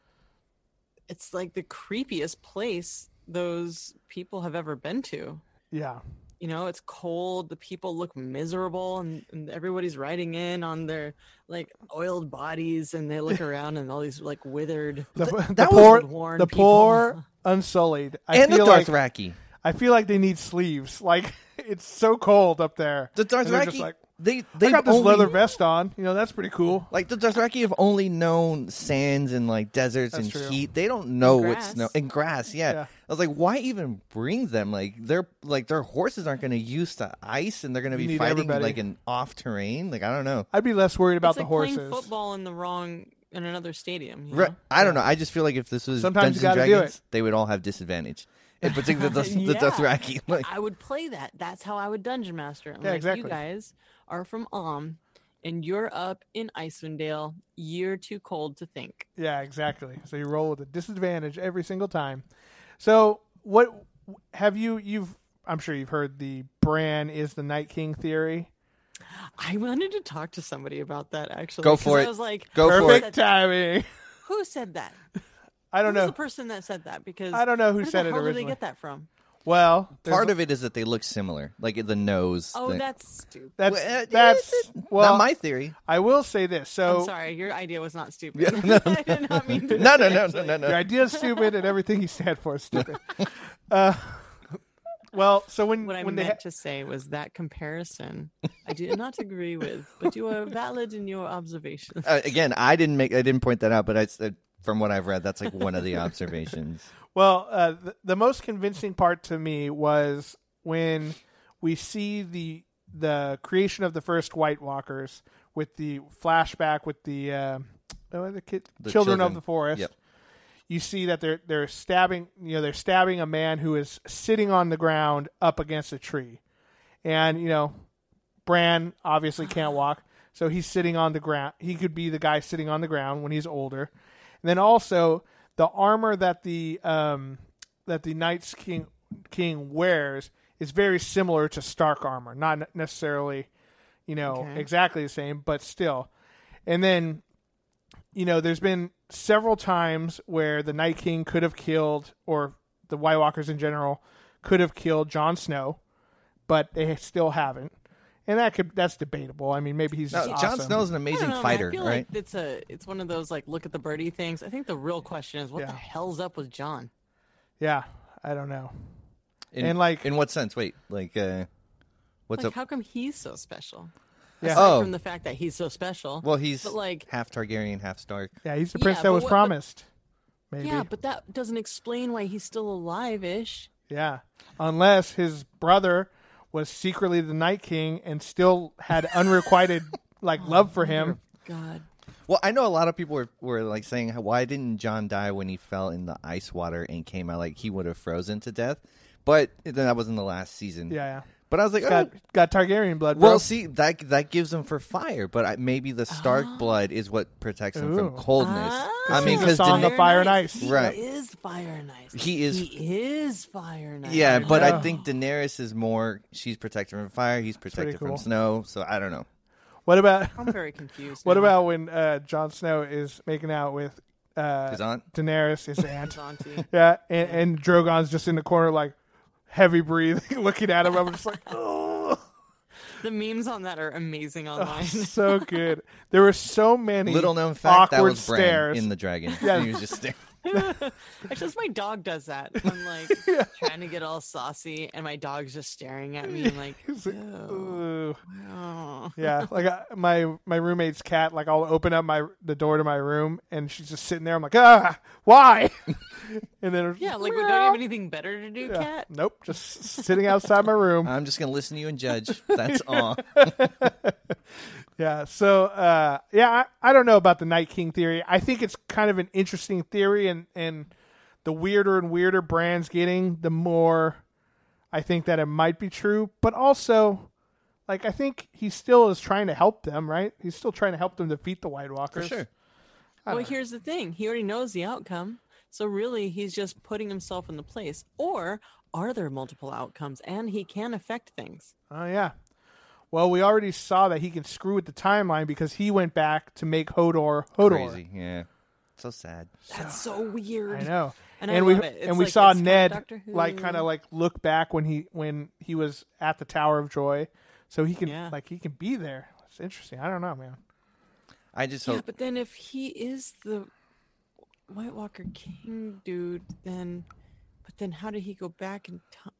Speaker 3: it's like the creepiest place those people have ever been to.
Speaker 1: Yeah.
Speaker 3: You know, it's cold. The people look miserable, and, and everybody's riding in on their like oiled bodies, and they
Speaker 1: *laughs*
Speaker 3: look around, and all these like withered.
Speaker 1: The, *laughs* the
Speaker 2: that
Speaker 1: poor,
Speaker 2: was-
Speaker 3: Worn
Speaker 1: the
Speaker 3: people.
Speaker 1: poor, unsullied. I
Speaker 2: and the
Speaker 1: feel like
Speaker 2: Dothraki.
Speaker 1: I feel like they need sleeves. *laughs* Like it's so cold up there.
Speaker 2: The
Speaker 1: And they're just
Speaker 2: Dothraki.
Speaker 1: like,
Speaker 2: they
Speaker 1: I
Speaker 2: they
Speaker 1: got this
Speaker 2: only,
Speaker 1: leather vest on. You know, that's pretty cool.
Speaker 2: Like the Dothraki have only known sands and like deserts
Speaker 1: That's
Speaker 2: and
Speaker 1: true.
Speaker 2: heat. They don't know
Speaker 3: And
Speaker 2: what
Speaker 3: grass.
Speaker 2: snow and grass. Yeah.
Speaker 1: Yeah.
Speaker 2: I was like, why even bring them? Like they're like their horses aren't going to use to ice, and they're going to
Speaker 1: You
Speaker 2: be
Speaker 1: need
Speaker 2: fighting
Speaker 1: everybody.
Speaker 2: like an off terrain. Like I don't know.
Speaker 1: I'd be less worried about
Speaker 3: it's
Speaker 1: the
Speaker 3: like playing
Speaker 1: horses.
Speaker 3: football in the wrong in another stadium. You
Speaker 2: Re-
Speaker 3: know?
Speaker 2: I don't know. I just feel like if this was
Speaker 1: Sometimes you
Speaker 2: Dungeons and
Speaker 1: gotta do
Speaker 2: Dragons, they would all have disadvantage.
Speaker 1: *laughs*
Speaker 2: In particular, the, the,
Speaker 3: Yeah.
Speaker 2: Dothraki. *laughs* Like,
Speaker 3: I would play that. That's how I would dungeon master. I'm
Speaker 1: Yeah,
Speaker 3: like,
Speaker 1: exactly.
Speaker 3: You guys are from Om, and you're up in Icewind You're too cold to think.
Speaker 1: Yeah, exactly. So you roll with a disadvantage every single time. So what have you? You've I'm sure you've heard the Bran is the Night King theory.
Speaker 3: I wanted to talk to somebody about that actually.
Speaker 2: Go
Speaker 3: 'cause
Speaker 2: for
Speaker 3: I
Speaker 2: it.
Speaker 3: was like,
Speaker 2: Go for
Speaker 1: Perfect
Speaker 2: it.
Speaker 1: timing. *laughs*
Speaker 3: who said that?
Speaker 1: I don't
Speaker 3: Who's the
Speaker 1: know.
Speaker 3: person that said that? Because
Speaker 1: I don't know who
Speaker 3: where
Speaker 1: said
Speaker 3: the
Speaker 1: it
Speaker 3: hell did
Speaker 1: originally.
Speaker 3: they get that from?
Speaker 1: Well,
Speaker 2: Part of it is that they look similar, like the nose.
Speaker 3: Oh,
Speaker 2: thing.
Speaker 3: that's stupid.
Speaker 1: that's
Speaker 2: Well, uh,
Speaker 1: that's
Speaker 2: it's
Speaker 1: well.
Speaker 2: not
Speaker 1: *laughs*
Speaker 2: my theory.
Speaker 1: I will say this.
Speaker 3: I'm
Speaker 1: So
Speaker 3: sorry, your idea was not stupid. *laughs* I did not mean to.
Speaker 2: No, no, no, no, no,
Speaker 1: your
Speaker 2: no.
Speaker 1: idea is stupid, and everything you stand for is stupid. uh, well, so when
Speaker 3: What I
Speaker 1: when they
Speaker 3: meant
Speaker 1: ha-
Speaker 3: to say was that comparison I do not agree with, but you are valid in your observations.
Speaker 2: Uh, again, I didn't make. I didn't point that out, but I said. From what I've read, that's like one
Speaker 1: *laughs*
Speaker 2: of the observations.
Speaker 1: Well, uh, the, the most convincing part to me was when we see the the creation of the first White Walkers with the flashback with the uh, oh, the, kid,
Speaker 2: The
Speaker 1: children,
Speaker 2: children.
Speaker 1: of the forest.
Speaker 2: Yep.
Speaker 1: You see that they're they're stabbing you know they're stabbing a man who is sitting on the ground up against a tree, and you know Bran obviously can't walk, So he's sitting on the ground. He could be the guy sitting on the ground when he's older. And then also the armor that the um, that the Knights King King wears is very similar to Stark armor, not necessarily, you know,
Speaker 3: Okay.
Speaker 1: exactly the same, but still. And then you know, there's been several times where the Night King could have killed, or the White Walkers in general, could have killed Jon Snow, but they still haven't, and that could that's debatable. I mean, maybe he's
Speaker 2: Now,
Speaker 1: just
Speaker 2: Jon
Speaker 1: awesome.
Speaker 2: Snow's an
Speaker 3: *laughs* I don't
Speaker 2: amazing
Speaker 3: know, man.
Speaker 2: fighter,
Speaker 3: I feel
Speaker 2: right?
Speaker 3: like it's a it's one of those like look at the birdie things. I think the real question is what the
Speaker 1: Yeah.
Speaker 3: hell's up with John?
Speaker 1: Yeah, I don't know.
Speaker 2: in,
Speaker 1: and, like-
Speaker 2: in what sense? Wait, like, uh, what's
Speaker 3: Like
Speaker 2: up?
Speaker 3: how come he's so special?
Speaker 1: Yeah.
Speaker 3: Aside
Speaker 2: Oh.
Speaker 3: from the fact that he's so special.
Speaker 2: well, he's
Speaker 3: but like
Speaker 2: half Targaryen, half Stark.
Speaker 1: Yeah, he's the
Speaker 3: Yeah,
Speaker 1: prince that
Speaker 3: but
Speaker 1: was
Speaker 3: what- but-
Speaker 1: promised. Maybe.
Speaker 3: yeah, but that doesn't explain why he's still alive ish.
Speaker 1: Yeah. Unless his brother was secretly the Night King and still had unrequited like love for
Speaker 2: *laughs*
Speaker 1: him.
Speaker 3: God.
Speaker 2: Well, I know a lot of people were, were like saying, why didn't John die when he fell in the ice water and came out? Like he would have frozen to death. But then that was in the last season.
Speaker 1: Yeah, yeah.
Speaker 2: But I was like, oh,
Speaker 1: Got got Targaryen blood.
Speaker 2: well,
Speaker 1: bro.
Speaker 2: see, that that gives him for fire. But I, maybe the Stark blood is what protects him from
Speaker 1: Ooh.
Speaker 2: coldness. I
Speaker 3: Ah.
Speaker 2: mean,
Speaker 1: This
Speaker 2: because
Speaker 1: is a song of fire and ice.
Speaker 3: He
Speaker 2: Right.
Speaker 3: is fire and ice.
Speaker 2: He is-
Speaker 3: He is fire and ice.
Speaker 2: yeah, but I
Speaker 1: know.
Speaker 2: think Daenerys is more. She's protected from fire. He's protected
Speaker 1: cool.
Speaker 2: from snow. So I don't know.
Speaker 1: what about
Speaker 3: I'm very confused.
Speaker 1: What
Speaker 3: now.
Speaker 1: about when uh, Jon Snow is making out with uh,
Speaker 2: His aunt.
Speaker 1: Daenerys,
Speaker 2: *laughs*
Speaker 1: his aunt?
Speaker 3: Auntie?
Speaker 1: yeah, and, and Drogon's just in the corner, like heavy breathing, *laughs* looking at him. I'm just like, oh,
Speaker 3: The memes on that are amazing
Speaker 1: *laughs*
Speaker 3: online.
Speaker 1: so good. There were so many
Speaker 2: Little known fact that
Speaker 1: awkward
Speaker 2: was Bran
Speaker 1: stares.
Speaker 2: in
Speaker 1: *laughs*
Speaker 2: the dragon. he was just staring.
Speaker 3: It's just my dog
Speaker 1: *laughs*
Speaker 3: does that. I'm like trying to get all saucy, and my dog's just staring
Speaker 1: *laughs*
Speaker 3: at me and like,
Speaker 1: It's like,
Speaker 3: "Ew,
Speaker 1: ooh.
Speaker 3: no."
Speaker 1: Yeah, like uh, my my roommate's cat. Like I'll open up my the door to my room, and she's just sitting there. I'm like, ah, why?
Speaker 2: *laughs*
Speaker 1: and then
Speaker 3: yeah, like we don't have anything better to do,
Speaker 1: Yeah,
Speaker 3: cat.
Speaker 1: Nope, just sitting outside my room.
Speaker 2: *laughs* I'm just gonna listen to you and judge.
Speaker 1: *laughs*
Speaker 2: That's all.
Speaker 1: Yeah. So, uh, yeah, I, I don't know about the Night King theory. I think it's kind of an interesting theory, and and the weirder and weirder Bran's getting, the more I think that it might be true. But also, like, I think he still is trying to help them, right? He's still trying to help them defeat the White Walkers.
Speaker 2: sure.
Speaker 3: Well, here's the thing: he already knows the outcome, so really he's just putting himself in the place. Or are there multiple outcomes, and he can affect things?
Speaker 1: Oh yeah. Well, we already saw that he can screw with the timeline because he went back to make Hodor Hodor.
Speaker 2: Crazy. Yeah. So sad.
Speaker 3: That's so
Speaker 1: Oh,
Speaker 3: weird.
Speaker 1: I know.
Speaker 3: *laughs* And I
Speaker 1: and we
Speaker 3: love it. It's
Speaker 1: and we
Speaker 3: like-
Speaker 1: saw
Speaker 3: it's like
Speaker 1: Ned
Speaker 3: Doctor Who.
Speaker 1: like kind of like look back when he when he was at the Tower of Joy, so he can
Speaker 3: Yeah.
Speaker 1: like he can be there. It's interesting. I don't know, man.
Speaker 2: I just
Speaker 3: Yeah,
Speaker 2: hope.
Speaker 3: but then if he is the White Walker King dude, then but then how did he go back in time?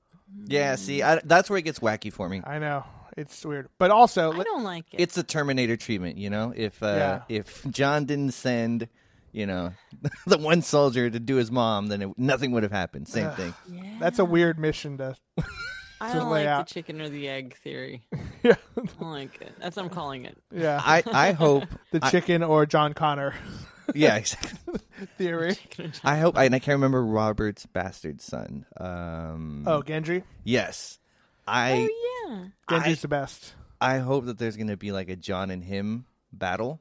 Speaker 2: Yeah. See, I, that's where it gets wacky for me.
Speaker 1: I know it's weird, but also
Speaker 3: I don't like it.
Speaker 2: It's the Terminator treatment, you know. If uh, if John didn't send, you know, *laughs* the one soldier to do his mom, then it, nothing would have happened. Same thing.
Speaker 3: yeah.
Speaker 1: that's a weird mission to. *laughs*
Speaker 3: I
Speaker 1: to
Speaker 3: don't
Speaker 1: lay
Speaker 3: like
Speaker 1: out.
Speaker 3: the chicken or the egg theory.
Speaker 1: Yeah,
Speaker 3: I don't like it. That's what I'm calling
Speaker 1: *laughs*
Speaker 3: it. *laughs*
Speaker 1: yeah.
Speaker 2: I I hope.
Speaker 1: The chicken or John Connor *laughs*
Speaker 2: Yeah. Exactly.
Speaker 1: theory.
Speaker 2: I hope, and I can't remember Robert's bastard son. Um,
Speaker 1: Oh, Gendry.
Speaker 2: yes, I
Speaker 3: Oh yeah.
Speaker 1: Gendry's the best.
Speaker 2: I hope that there's gonna be like a John and him battle.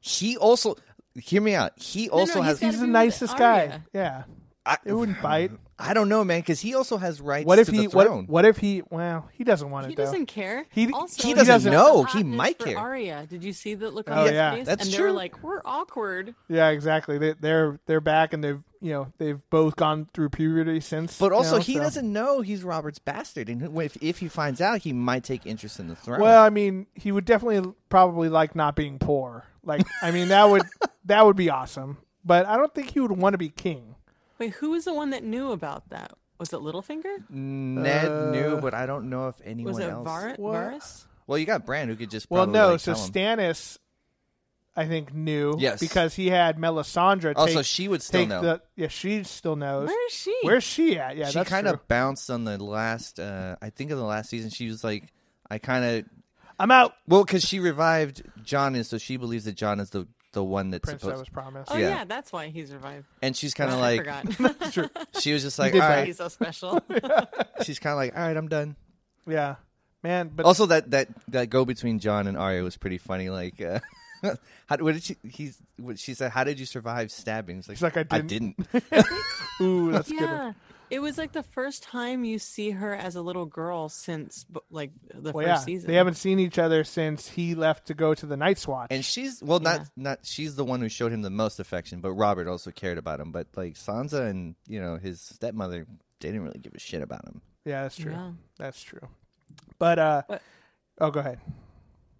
Speaker 2: He also, hear me out. He also
Speaker 3: no, he's
Speaker 2: has.
Speaker 3: gotta
Speaker 1: He's the
Speaker 3: be with
Speaker 1: nicest guy.
Speaker 3: Arya.
Speaker 1: Yeah,
Speaker 2: I,
Speaker 1: it
Speaker 2: *laughs*
Speaker 1: wouldn't bite.
Speaker 2: I don't know, man, because he also has rights.
Speaker 1: What if
Speaker 2: to
Speaker 1: he?
Speaker 2: The throne.
Speaker 1: What, what if he? Well, he doesn't want
Speaker 3: He
Speaker 1: it though.
Speaker 3: doesn't care.
Speaker 1: He-
Speaker 3: also,
Speaker 2: he doesn't
Speaker 3: was
Speaker 2: know.
Speaker 3: the
Speaker 2: He
Speaker 3: hotness
Speaker 2: might
Speaker 3: for
Speaker 2: care.
Speaker 3: Arya, did you see the look on
Speaker 1: Oh,
Speaker 3: his
Speaker 1: yeah.
Speaker 3: face?
Speaker 2: That's
Speaker 3: and they were
Speaker 2: true.
Speaker 3: like, "We're awkward."
Speaker 1: Yeah, exactly. They, they're they're back, and they've you know they've both gone through puberty since.
Speaker 2: But
Speaker 1: you
Speaker 2: also,
Speaker 1: know,
Speaker 2: he
Speaker 1: so-
Speaker 2: doesn't know he's Robert's bastard, and who- if if he finds out, he might take interest in the throne.
Speaker 1: Well, I mean, he would definitely probably like not being poor. Like, I mean, that
Speaker 2: *laughs*
Speaker 1: would that would be awesome. But I don't think he would want to be king.
Speaker 3: Wait, who was the one that knew about that? Was it Littlefinger?
Speaker 2: Ned knew, but I don't know if anyone
Speaker 3: Was it
Speaker 2: else.
Speaker 3: Var-
Speaker 1: What?
Speaker 3: Varys?
Speaker 2: well, you got Bran, who could just
Speaker 1: Well,
Speaker 2: probably,
Speaker 1: no.
Speaker 2: like,
Speaker 1: so
Speaker 2: tell him.
Speaker 1: Stannis, I think, knew.
Speaker 2: Yes.
Speaker 1: because he had Melisandre.
Speaker 2: Oh,
Speaker 1: take,
Speaker 2: so she would still
Speaker 1: take
Speaker 2: know.
Speaker 1: The, yeah, she still knows.
Speaker 3: Where is she?
Speaker 1: Where's she at? Yeah,
Speaker 2: she
Speaker 1: that's
Speaker 2: kind
Speaker 1: true.
Speaker 2: of bounced on the last. Uh, I think in the last season, she was like, I kind of
Speaker 1: I'm out.
Speaker 2: well because she revived John, and so she believes that John is the the one that's
Speaker 1: Prince, that
Speaker 2: supposed.
Speaker 1: was promised.
Speaker 3: Oh
Speaker 2: Yeah.
Speaker 3: yeah. that's why he's revived.
Speaker 2: and she's kind of
Speaker 3: *laughs* I
Speaker 2: like
Speaker 1: *laughs*
Speaker 3: forgot.
Speaker 1: That's true.
Speaker 2: she was just like,
Speaker 1: did *laughs*
Speaker 2: all
Speaker 3: That's why
Speaker 2: right.
Speaker 3: he's so special.
Speaker 2: She's kind of like, all right, I'm done.
Speaker 1: Yeah, man. But
Speaker 2: Also, that that that go between John and Arya was pretty funny. Like, uh, *laughs* how, what did she? He's what she said. How did you survive stabbing? It's
Speaker 1: She's like, "I didn't." *laughs*
Speaker 2: I didn't. Oh.
Speaker 1: ooh, that's a good. one.
Speaker 3: Yeah. It was like the first time you see her as a little girl since b- like the
Speaker 1: Well,
Speaker 3: first
Speaker 1: yeah,
Speaker 3: season.
Speaker 1: they haven't seen each other since he left to go to the Night's Watch.
Speaker 2: and she's well, not
Speaker 3: Yeah.
Speaker 2: not she's the one who showed him the most affection, but Robert also cared about him. But like Sansa and you know his stepmother they didn't really give a shit about him.
Speaker 1: yeah, that's true.
Speaker 3: Yeah.
Speaker 1: That's true. But uh,
Speaker 3: But-
Speaker 1: oh, go ahead.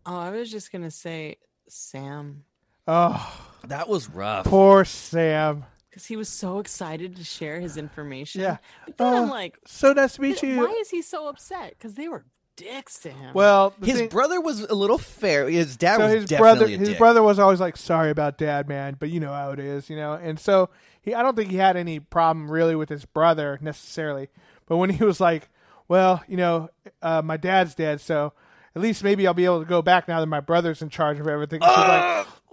Speaker 3: Oh, I was just gonna say Sam
Speaker 1: Oh,
Speaker 2: That was rough.
Speaker 1: poor Sam.
Speaker 3: because he was so excited to share his information.
Speaker 1: Yeah.
Speaker 3: But then I'm
Speaker 1: Uh,
Speaker 3: like,
Speaker 1: So nice to meet you.
Speaker 3: why is he so upset? Because they were dicks to him.
Speaker 1: well, the
Speaker 2: His
Speaker 1: thing-
Speaker 2: brother was a little fair. His dad
Speaker 1: so
Speaker 2: was
Speaker 1: his
Speaker 2: definitely
Speaker 1: brother
Speaker 2: a
Speaker 1: his
Speaker 2: dick.
Speaker 1: brother was always like sorry about dad man but you know how it is you know and so he i don't think he had any problem really with his brother necessarily but when he was like well you know uh, my dad's dead so at least maybe i'll be able to go back now that my brother's in charge of everything She's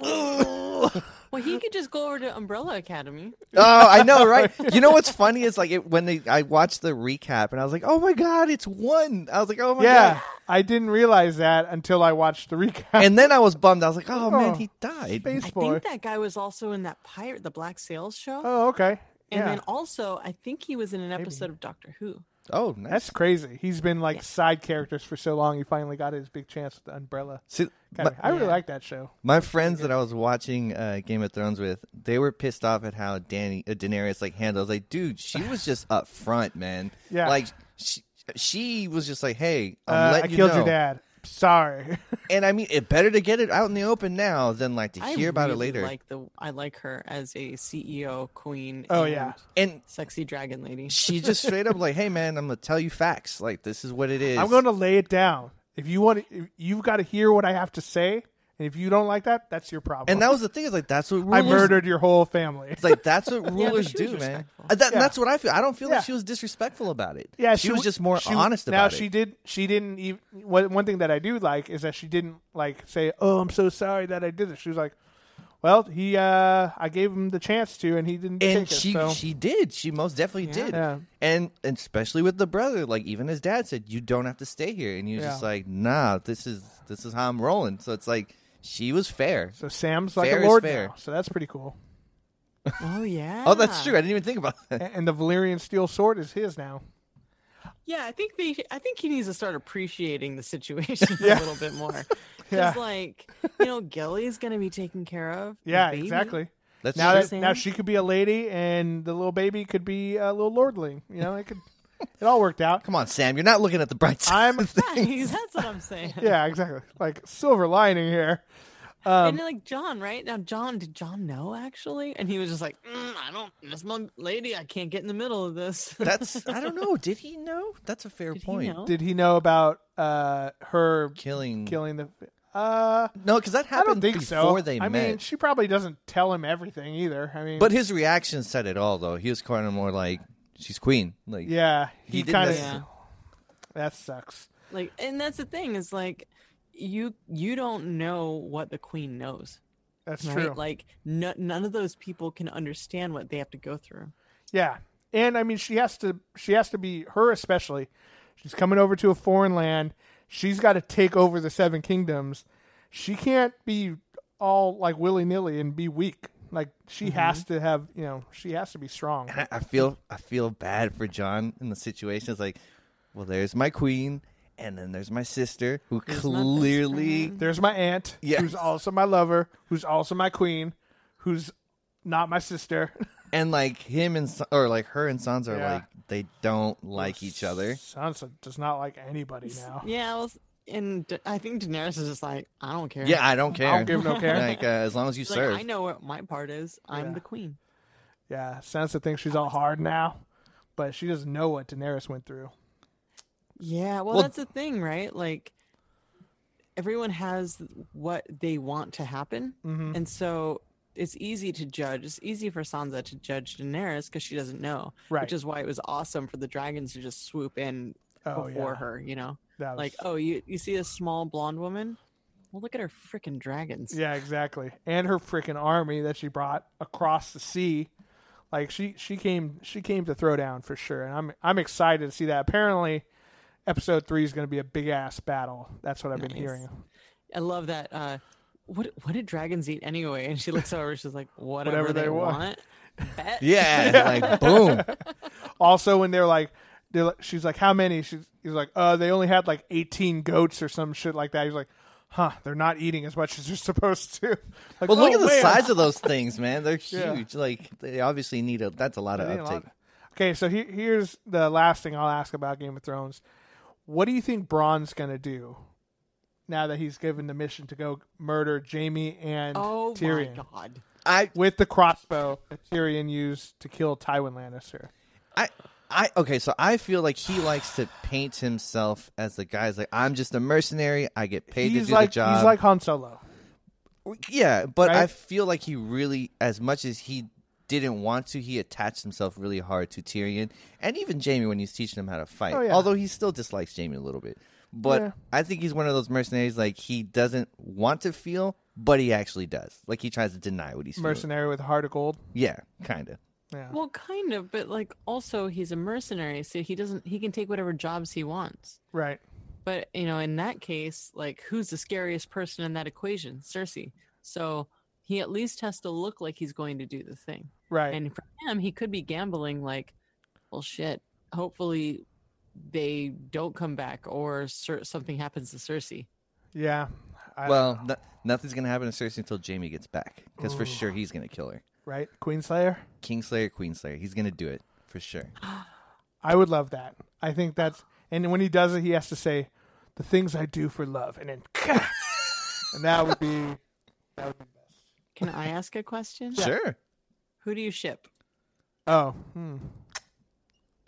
Speaker 2: Oh!
Speaker 1: like,
Speaker 3: well, he could just go over to Umbrella Academy.
Speaker 2: *laughs* Oh, I know,
Speaker 1: *laughs*
Speaker 2: right? You know what's funny is like it, when they, I watched the recap and I was like, "Oh my god, it's one!" I was like, "Oh my
Speaker 1: yeah
Speaker 2: god!"
Speaker 1: i didn't realize that until i watched the recap
Speaker 2: And then I was bummed. I was like, "Oh,
Speaker 1: Oh,
Speaker 2: man, he died."
Speaker 1: Space
Speaker 3: I
Speaker 1: boy
Speaker 3: think that guy was also in that pirate, the Black Sails show,
Speaker 1: *laughs* oh okay
Speaker 3: and
Speaker 1: yeah
Speaker 3: then also I think he was in an episode of Doctor Who.
Speaker 2: Oh, nice.
Speaker 1: that's crazy. He's been like side characters for so long. He finally got his big chance with the Umbrella.
Speaker 2: See, my,
Speaker 1: Academy. I really like that show.
Speaker 2: my friends that I was watching uh, Game of Thrones with, they were pissed off at how Danny uh, Daenerys like handled. I was like,
Speaker 1: *laughs*
Speaker 2: "Dude, she was just up front, man.
Speaker 1: Yeah.
Speaker 2: like she." She was just like, "Hey, I'm
Speaker 1: Uh, I
Speaker 2: letting you
Speaker 1: killed
Speaker 2: know.
Speaker 1: your dad. Sorry. *laughs*
Speaker 2: and I mean, it better to get it out in the open now than like to
Speaker 3: I
Speaker 2: hear about
Speaker 3: really
Speaker 2: it later.
Speaker 3: Like the, I like her as a CEO queen.
Speaker 1: Oh,
Speaker 3: and
Speaker 1: yeah.
Speaker 2: and
Speaker 3: sexy dragon lady.
Speaker 2: she just straight up like, "Hey man, I'm gonna tell you facts. Like this is what it is."
Speaker 1: I'm going to lay it down. If you want, to, you've got to hear what I have to say, and if you don't like that, that's your problem.
Speaker 2: And that was the thing is like that's what rulers,
Speaker 1: I murdered your whole family.
Speaker 2: It's like that's
Speaker 3: *laughs*
Speaker 2: what rulers
Speaker 3: she was
Speaker 2: do, man.
Speaker 3: respectful.
Speaker 2: Uh, That, and That's what I feel. I don't feel
Speaker 1: Yeah.
Speaker 2: like she was disrespectful about it.
Speaker 1: Yeah,
Speaker 2: she, was
Speaker 1: w-
Speaker 2: just more
Speaker 1: she-
Speaker 2: honest
Speaker 1: Now
Speaker 2: about
Speaker 1: she
Speaker 2: it.
Speaker 1: did. She didn't even. One one thing that I do like is that she didn't like say, "Oh, I'm so sorry that I did this." She was like, "Well, he, uh I gave him the chance to, and he didn't
Speaker 2: And
Speaker 1: take it."
Speaker 2: she
Speaker 1: so-
Speaker 2: she did. She most definitely did.
Speaker 1: Yeah.
Speaker 2: And and especially with the brother, like even his dad said, "You don't have to stay here." And he was
Speaker 1: Yeah.
Speaker 2: just like, "Nah, this is this is how I'm rolling." So it's like she was fair.
Speaker 1: so Sam's like
Speaker 2: Fair
Speaker 1: a
Speaker 2: is
Speaker 1: lord
Speaker 2: fair.
Speaker 1: now, so that's pretty cool.
Speaker 3: oh yeah.
Speaker 2: Oh, that's true. I didn't even think about that.
Speaker 1: A- And the Valyrian steel sword is his now.
Speaker 3: Yeah, I think they. I think he needs to start appreciating
Speaker 1: *laughs*
Speaker 3: the situation a little bit more.
Speaker 1: Yeah.
Speaker 3: Because like you know, Gilly's gonna be taken care of. the
Speaker 1: Yeah,
Speaker 3: baby. *laughs*
Speaker 1: exactly.
Speaker 2: That's
Speaker 1: now
Speaker 2: true.
Speaker 1: that, now
Speaker 3: Sam.
Speaker 1: she could be a lady and the little baby could be a little lordling you know it could *laughs* it all worked out
Speaker 2: Come on, Sam. You're not looking at the bright side.
Speaker 1: i'm *laughs*
Speaker 3: Nice, that's what I'm saying.
Speaker 1: yeah exactly like silver lining here
Speaker 3: and then, like John, right now, John, did John know actually? And he was just like, "Mm, I don't, this mon- lady, I can't get in the middle of this.
Speaker 2: That's I don't know. Did he know? That's a fair
Speaker 3: *laughs* Did he
Speaker 2: point.
Speaker 3: know?
Speaker 1: did he know about uh her
Speaker 2: Killing.
Speaker 1: killing the uh
Speaker 2: No, because that
Speaker 1: i
Speaker 2: happened
Speaker 1: don't think
Speaker 2: Mm. before
Speaker 1: so
Speaker 2: they
Speaker 1: i
Speaker 2: met.
Speaker 1: mean she probably doesn't tell him everything either i mean
Speaker 2: But his reaction said it all, though. He was kind of more like, "She's queen." Like,
Speaker 1: yeah he,
Speaker 2: He didn't
Speaker 1: kind of
Speaker 2: necess-
Speaker 3: yeah.
Speaker 1: that sucks
Speaker 3: like, and that's the thing is like, you you don't know what the queen knows,
Speaker 1: that's
Speaker 3: right?
Speaker 1: true
Speaker 3: Like, no, none of those people can understand what they have to go through.
Speaker 1: Yeah, and I mean she has to she has to be her especially. She's coming over to a foreign land. She's got to take over the seven kingdoms. She can't be all like willy nilly and be weak. Like she
Speaker 3: Mm-hmm.
Speaker 1: has to have you know she has to be strong.
Speaker 2: And I, I feel, I feel bad for John in the situation. It's like, well, there's my queen, and then there's my sister, who clearly,
Speaker 1: There's my aunt,
Speaker 2: Yeah.
Speaker 1: who's also my lover, who's also my queen, who's not my sister. *laughs*
Speaker 2: and like him and Sa- or like her and Sansa are
Speaker 1: Yeah.
Speaker 2: like they don't like each other.
Speaker 1: Sansa does not like anybody
Speaker 3: *laughs*
Speaker 1: now.
Speaker 3: Yeah, I was, and Da- I think Daenerys is just like, I don't care.
Speaker 2: Yeah, I don't care.
Speaker 1: I don't give
Speaker 2: *laughs*
Speaker 1: no care.
Speaker 2: Like, uh, as long as you
Speaker 3: She's like,
Speaker 2: serve.
Speaker 3: I know what my part is. I'm the queen.
Speaker 1: Yeah, Sansa thinks she's all hard now, but she doesn't know what Daenerys went through.
Speaker 3: Yeah, well,
Speaker 2: Well-
Speaker 3: that's the thing, right? Like everyone has what they want to happen,
Speaker 1: Mm-hmm.
Speaker 3: and so it's easy to judge. It's easy for Sansa to judge Daenerys because she doesn't know,
Speaker 1: Right.
Speaker 3: which is why it was awesome for the dragons to just swoop in
Speaker 1: Oh,
Speaker 3: before
Speaker 1: yeah.
Speaker 3: her. You know,
Speaker 1: That was-
Speaker 3: like oh, you you see a small blonde woman. Well, look at her freaking dragons.
Speaker 1: Yeah, exactly. And her freaking army that she brought across the sea. Like she she came she came to throw down for sure. And I'm I'm excited to see that. Apparently episode three is going to be a big ass battle. That's what I've been
Speaker 3: Nice.
Speaker 1: hearing.
Speaker 3: I love that. Uh, what what did dragons eat anyway? And she looks over. She's like, whatever,
Speaker 1: Whatever
Speaker 3: they,
Speaker 1: they want."
Speaker 3: want. Bet.
Speaker 1: *laughs*
Speaker 2: Yeah, like boom.
Speaker 1: Also, when they're like, they're like, she's like, how many? She's he's like, uh, they only had like eighteen goats or some shit like that. He's like, huh, they're not eating as much as they're *laughs* supposed to. Like,
Speaker 2: Well, look
Speaker 1: oh,
Speaker 2: at the
Speaker 1: man.
Speaker 2: size of those things, man. They're
Speaker 1: Yeah.
Speaker 2: huge. Like they obviously need a. That's a lot of
Speaker 1: *laughs* They need a lot.
Speaker 2: uptake.
Speaker 1: Okay, so he- here's the last thing I'll ask about Game of Thrones. What do you think Bronn's gonna do now that he's given the mission to go murder Jamie and
Speaker 3: Oh
Speaker 1: Tyrion
Speaker 3: my god.
Speaker 2: I
Speaker 1: with the crossbow that Tyrion used to kill Tywin Lannister?
Speaker 2: I I okay, so I feel like he likes to paint himself as the guy's like I'm just a mercenary. I get paid to
Speaker 1: He's
Speaker 2: do
Speaker 1: like
Speaker 2: the job.
Speaker 1: he's like Han Solo.
Speaker 2: yeah, but I
Speaker 1: Right?
Speaker 2: feel like he really, as much as he didn't want to, he attached himself really hard to Tyrion and even Jamie when he's teaching him how to fight.
Speaker 1: Oh, yeah.
Speaker 2: Although he still dislikes Jamie a little bit, but
Speaker 1: Yeah.
Speaker 2: I think he's one of those mercenaries like he doesn't want to feel, but he actually does. Like he tries to deny what he's feeling.
Speaker 1: Mercenary with a heart of gold.
Speaker 2: Yeah, kind of.
Speaker 1: Yeah.
Speaker 3: Well, kind of, but like also he's a mercenary, so he doesn't he can take whatever jobs he wants.
Speaker 1: Right.
Speaker 3: But you know, in that case, like who's the scariest person in that equation? Cersei. So he at least has to look like he's going to do the thing.
Speaker 1: Right.
Speaker 3: And for him, he could be gambling like, well, shit. Hopefully, they don't come back, or Cer- something happens to Cersei.
Speaker 1: yeah. I
Speaker 2: Well, no, nothing's gonna happen to Cersei until Jamie gets back, because for sure he's gonna kill her.
Speaker 1: right. Queenslayer.
Speaker 2: Kingslayer, Queenslayer. He's gonna do it for sure.
Speaker 1: I would love that. I think that's and when he does it, he has to say the things I do for love, and then *laughs* and that would be that would be best.
Speaker 3: Can I ask a question?
Speaker 2: Sure.
Speaker 3: Who do you ship?
Speaker 1: Oh, hmm.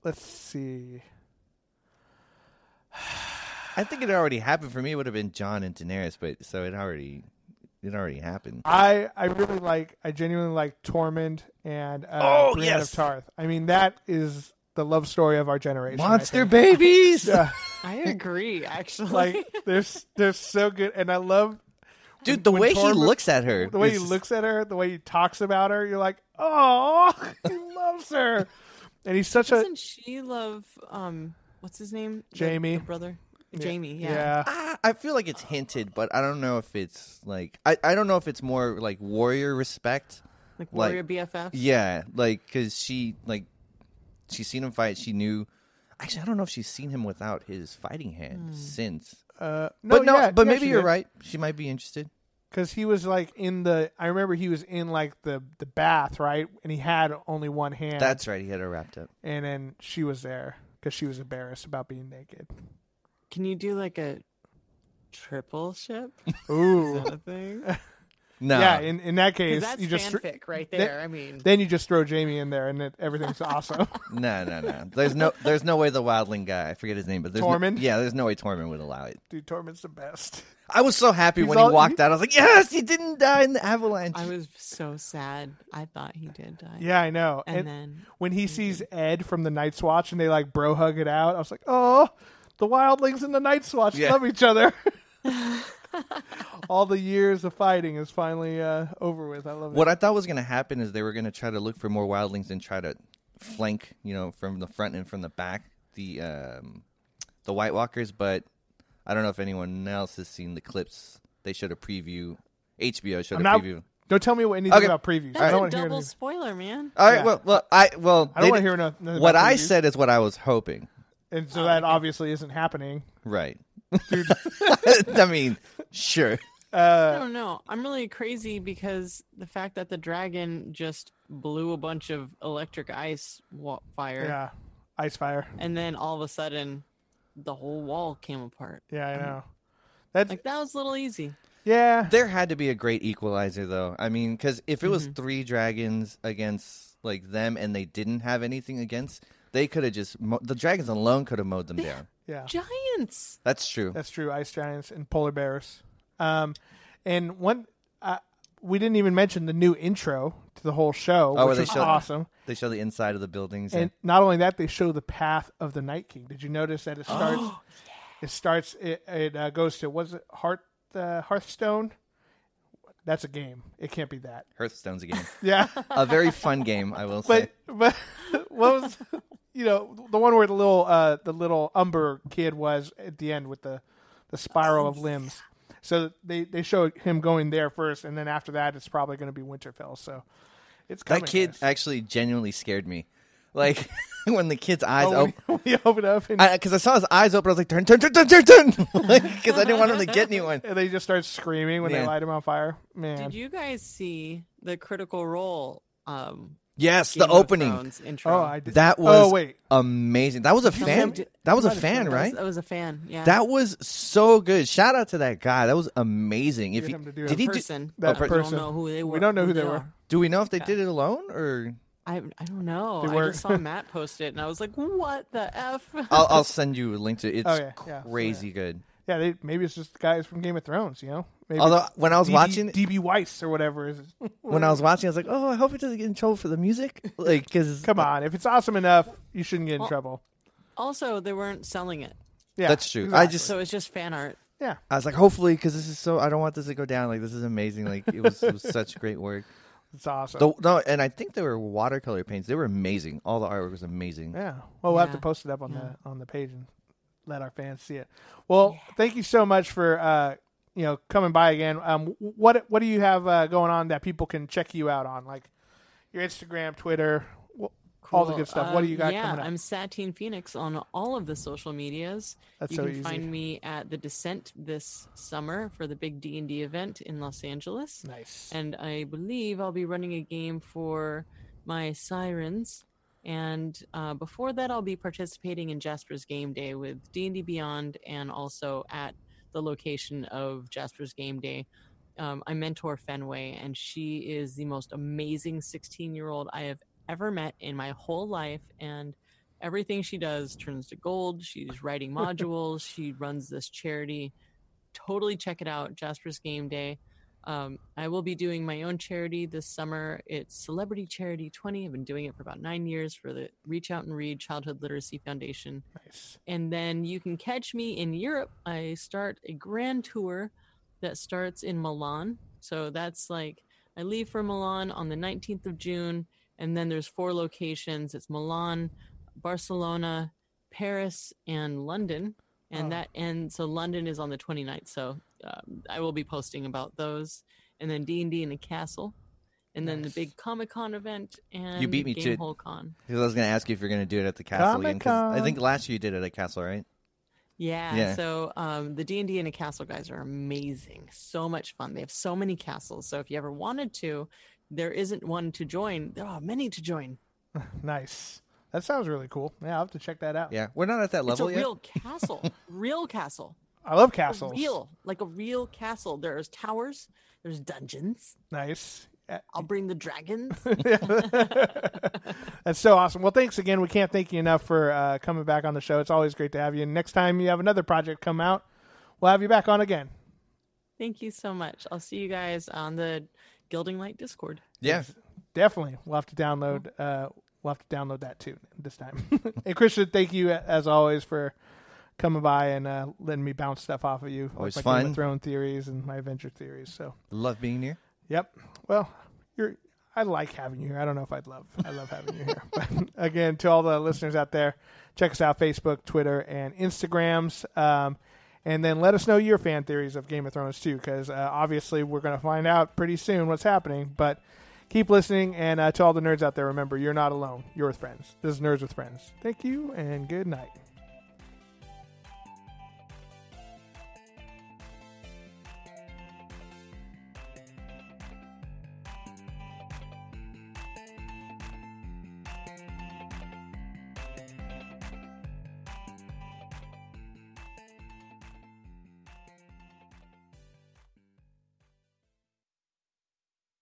Speaker 1: let's see.
Speaker 2: I think it already happened for me. It would have been John and Daenerys, but so it already, it already happened.
Speaker 1: I I really like I genuinely like Tormund and uh,
Speaker 2: Oh,
Speaker 1: Brienne
Speaker 2: yes.
Speaker 1: of Tarth. I mean that is the love story of our generation. I
Speaker 2: Monster
Speaker 1: think.
Speaker 2: babies,
Speaker 3: *laughs* I agree, actually.
Speaker 1: like they're s- they're so good, and I love
Speaker 2: dude. The
Speaker 1: When
Speaker 2: way he
Speaker 1: Tormund-
Speaker 2: looks at her,
Speaker 1: the way he
Speaker 2: is-
Speaker 1: looks at her, the way he talks about her. You're like, oh, *laughs* he loves her, and he's such a
Speaker 3: doesn't she love um what's his name? The-
Speaker 1: Jamie.
Speaker 3: the brother. Jamie, yeah.
Speaker 2: Ah, I feel like it's hinted, but I don't know if it's like I, I don't know if it's more like warrior respect.
Speaker 3: Like
Speaker 2: Like-
Speaker 3: warrior BFF.
Speaker 2: Yeah, like because she like she's seen him fight. She knew. Actually, I don't know if she's seen him without his fighting hand since.
Speaker 1: Uh, no,
Speaker 2: But no,
Speaker 1: yeah,
Speaker 2: but
Speaker 1: yeah,
Speaker 2: maybe
Speaker 1: she
Speaker 2: you're
Speaker 1: did.
Speaker 2: right. She might be interested.
Speaker 1: because he was like in the. I remember he was in like the the bath, right? And he had only one hand.
Speaker 2: That's right. He had her wrapped up.
Speaker 1: and then she was there because she was embarrassed about being naked.
Speaker 3: Can you do like a triple ship?
Speaker 1: *laughs* Ooh,
Speaker 3: kind of
Speaker 1: *laughs*
Speaker 3: thing?
Speaker 2: No.
Speaker 1: yeah. In in that case,
Speaker 3: That's
Speaker 1: you just
Speaker 3: fanfic
Speaker 1: thr-
Speaker 3: right there. I mean,
Speaker 1: then you just throw Jamie in there, and it,
Speaker 3: *laughs*
Speaker 1: everything's awesome.
Speaker 2: No, no, no. There's no, there's no way the wildling guy. I forget his name, but there's no-
Speaker 1: Tormund?
Speaker 2: yeah, there's no way Tormund would allow it.
Speaker 1: Dude, Torment's the best.
Speaker 2: I was so happy
Speaker 1: He's
Speaker 2: when
Speaker 1: all-
Speaker 2: he walked out. I was like, yes, he didn't die in the avalanche.
Speaker 3: I was so sad. I thought he did die.
Speaker 1: Yeah, I know.
Speaker 3: And then-
Speaker 1: when
Speaker 2: Mm-hmm.
Speaker 1: he sees Ed from the Night's Watch, and they like bro hug it out, I was like, oh, the wildlings and the Night's Watch
Speaker 2: Yeah.
Speaker 1: love each
Speaker 2: *laughs*
Speaker 1: other. *laughs* All the years of fighting is finally uh, over with. I love it.
Speaker 2: what I thought was going to happen is they were going to try to look for more wildlings and try to flank, you know, from the front and from the back the um, the White Walkers. But I don't know if anyone else has seen the clips. They showed a preview. HBO showed
Speaker 1: I'm
Speaker 2: a
Speaker 1: not.
Speaker 2: preview.
Speaker 1: Don't tell me anything
Speaker 2: Okay.
Speaker 1: about previews. I
Speaker 3: That's
Speaker 1: don't
Speaker 3: a
Speaker 1: want to hear
Speaker 3: double
Speaker 1: anything.
Speaker 3: spoiler, man.
Speaker 2: All right.
Speaker 1: Yeah.
Speaker 2: Well, well, I well.
Speaker 1: I don't
Speaker 2: they
Speaker 1: want to
Speaker 2: did-
Speaker 1: hear nothing. about
Speaker 2: What I
Speaker 1: previews.
Speaker 2: said is what I was hoping.
Speaker 1: and so that obviously isn't happening.
Speaker 2: Right. I mean, sure.
Speaker 1: Uh,
Speaker 3: I don't know. I'm really crazy because the fact that the dragon just blew a bunch of electric ice wa- fire,
Speaker 1: Yeah, ice fire.
Speaker 3: and then all of a sudden, the whole wall came apart.
Speaker 1: Yeah,
Speaker 2: Mm-hmm.
Speaker 1: I know. That's
Speaker 3: Like that was a little easy.
Speaker 1: yeah.
Speaker 2: There had to be a great equalizer, though. I mean, because if it was three dragons against like them, and they didn't have anything against, they could have just mo- the dragons alone could have mowed them down.
Speaker 1: yeah,
Speaker 3: Giants.
Speaker 2: That's true.
Speaker 1: that's true. Ice giants and polar bears. Um, and one uh, we didn't even mention the new intro to the whole show,
Speaker 2: Oh, where
Speaker 1: which
Speaker 2: they
Speaker 1: was
Speaker 2: show-
Speaker 1: awesome.
Speaker 2: They show the inside of the buildings.
Speaker 1: And
Speaker 2: And-
Speaker 1: not only that, they show the path of the Night King. Did you notice that it starts? It starts. It, it uh, goes to was it Hearth uh, Hearthstone? That's a game. It can't be that. *laughs*
Speaker 2: Hearthstone's a game,
Speaker 1: Yeah.
Speaker 2: a very fun game, I will say.
Speaker 1: but but *laughs* what was you know the one where the little uh the little umber kid was at the end with the the spiral of limbs so they they show him going there first and then after that it's probably going to be winterfell so it's coming,
Speaker 2: That kid
Speaker 1: guys. *laughs*
Speaker 2: actually genuinely scared me. Like when the kid's eyes
Speaker 1: Oh,
Speaker 2: open.
Speaker 1: when he- when he opened up and,
Speaker 2: Because I, saw his eyes open, I was like, "Turn, turn, turn, turn, turn, turn!" Because I didn't want him to get anyone.
Speaker 1: and they just start screaming when they
Speaker 2: Man.
Speaker 1: light him on fire man
Speaker 3: Did you guys see the Critical Role? Um,
Speaker 2: Yes,
Speaker 3: Game
Speaker 2: the
Speaker 3: of
Speaker 2: opening.
Speaker 3: Thrones intro.
Speaker 1: oh i did
Speaker 2: That
Speaker 1: oh
Speaker 2: was
Speaker 1: wait
Speaker 2: amazing. That was a fan.
Speaker 3: did-
Speaker 2: That was a
Speaker 1: might have
Speaker 2: fan,
Speaker 3: That was-
Speaker 2: right?
Speaker 3: That was a fan. Yeah.
Speaker 2: That was so good. Shout out to that guy. That was amazing. If
Speaker 1: Get
Speaker 2: he,
Speaker 1: him to do
Speaker 2: did
Speaker 1: it.
Speaker 2: he do,
Speaker 3: person.
Speaker 1: that
Speaker 2: Oh,
Speaker 3: I
Speaker 2: per-
Speaker 3: don't
Speaker 1: person
Speaker 3: know who they were.
Speaker 1: we don't know who they were
Speaker 3: are.
Speaker 2: do we know if they
Speaker 3: Yeah.
Speaker 2: did it alone or
Speaker 3: I I don't know.
Speaker 1: They
Speaker 3: I
Speaker 1: were. *laughs*
Speaker 3: just saw Matt post it and I was like, what the f? *laughs*
Speaker 2: I'll, I'll send you a link to it. It's
Speaker 1: Oh, yeah, yeah.
Speaker 2: crazy good.
Speaker 1: yeah they, maybe it's just guys from game of thrones you know maybe
Speaker 2: Although when I was
Speaker 1: DB
Speaker 2: watching it-
Speaker 1: db weiss or whatever is *laughs*
Speaker 2: when I was watching, I was like, "Oh, I hope it doesn't get in trouble for the music."
Speaker 1: *laughs*
Speaker 2: Like, because
Speaker 1: come on if it's awesome enough you shouldn't get in trouble
Speaker 3: also, they weren't selling it.
Speaker 1: yeah
Speaker 2: that's true. I
Speaker 1: exactly.
Speaker 2: just
Speaker 3: So it's just fan art.
Speaker 1: yeah
Speaker 2: I was like, hopefully, because this is so. I don't want this to go down. Like, this is amazing. Like, it was, it was such great work.
Speaker 1: it's awesome
Speaker 2: The, no, and I think they were watercolor paints. They were amazing. All the artwork was amazing.
Speaker 1: Yeah. Well, we'll have to
Speaker 3: Yeah.
Speaker 1: post it up on the on the page and let our fans see it. Well, thank you so much for uh, you know coming by again. Um, what what do you have uh, going on that people can check you out on, like your Instagram, Twitter, wh- all the
Speaker 3: Cool.
Speaker 1: good stuff? what do you
Speaker 3: Um,
Speaker 1: got
Speaker 3: yeah,
Speaker 1: coming up?
Speaker 3: I'm Satine Phoenix on all of the social medias.
Speaker 1: That's
Speaker 3: you
Speaker 1: so
Speaker 3: can
Speaker 1: easy.
Speaker 3: find me at the Descent this summer for the big D and D event in Los Angeles,
Speaker 1: nice.
Speaker 3: and I believe I'll be running a game for my Sirens. And uh, before that, I'll be participating in Jasper's Game Day with D and D Beyond, and also at the location of Jasper's Game Day. Um, I mentor Fenway, and she is the most amazing 16 year old I have ever met in my whole life. And everything she does turns to gold. She's writing modules, she runs this charity. Totally check it out, Jasper's Game Day. Um, I will be doing my own charity this summer. It's Celebrity Charity 20. I've been doing it for about nine years for the Reach Out and Read Childhood Literacy Foundation
Speaker 1: nice.
Speaker 3: and then you can catch me in Europe. I start a grand tour that starts in Milan. So that's like I leave for Milan on the 19th of June, and then there's four locations. It's Milan, Barcelona, Paris, and London. And
Speaker 1: Oh.
Speaker 3: that and so London is on the 29th. So um, I will be posting about those, and then D and D in the castle, and then the
Speaker 1: Nice.
Speaker 3: big Comic Con event and
Speaker 2: beat me to it.
Speaker 3: Gamehole Con.
Speaker 2: Because I was going to ask you if you're going to do it at the castle. Ian, 'cause I
Speaker 1: Comic-Con.
Speaker 2: think last year you did it at castle, right?
Speaker 3: Yeah,
Speaker 2: Yeah.
Speaker 3: so um, the D and D and a castle guys are amazing. So much fun. They have so many castles. So if you ever wanted to, there isn't one to join. There are many to join.
Speaker 1: Nice. That sounds really cool. Yeah, I'll have to check that out.
Speaker 2: Yeah, we're not at that level
Speaker 3: it's a
Speaker 2: yet. *laughs*
Speaker 3: real castle, real castle,
Speaker 1: I love
Speaker 3: A
Speaker 1: castles.
Speaker 3: real like a real castle. There's towers. There's dungeons.
Speaker 1: Nice. Yeah.
Speaker 3: I'll bring the
Speaker 2: *laughs*
Speaker 3: dragons.
Speaker 1: That's so awesome. Well, thanks again. We can't thank you enough for uh, coming back on the show. It's always great to have you. And next time you have another project come out, we'll have you back on again.
Speaker 3: Thank you so much. I'll see you guys on the Gilding Light Discord.
Speaker 2: yeah,
Speaker 1: Definitely, we'll have to download. Uh, we'll have to download that too this time. *laughs* and Christian, thank you uh, as always for coming by and uh, letting me bounce stuff off of you.
Speaker 2: Always
Speaker 1: like my Game
Speaker 2: fun.
Speaker 1: of Throne theories and my adventure theories. So,
Speaker 2: love being here.
Speaker 1: yep. Well, you're. I like having you here. I don't know if I'd love. I love having you here. *laughs* But again, to all the listeners out there, check us out: Facebook, Twitter, and Instagrams. Um, and then let us know your fan theories of Game of Thrones too, because uh, obviously we're going to find out pretty soon what's happening. But keep listening, and uh, to all the nerds out there, remember you're not alone. You're with friends. This is Nerds with Friends. Thank you, and good night.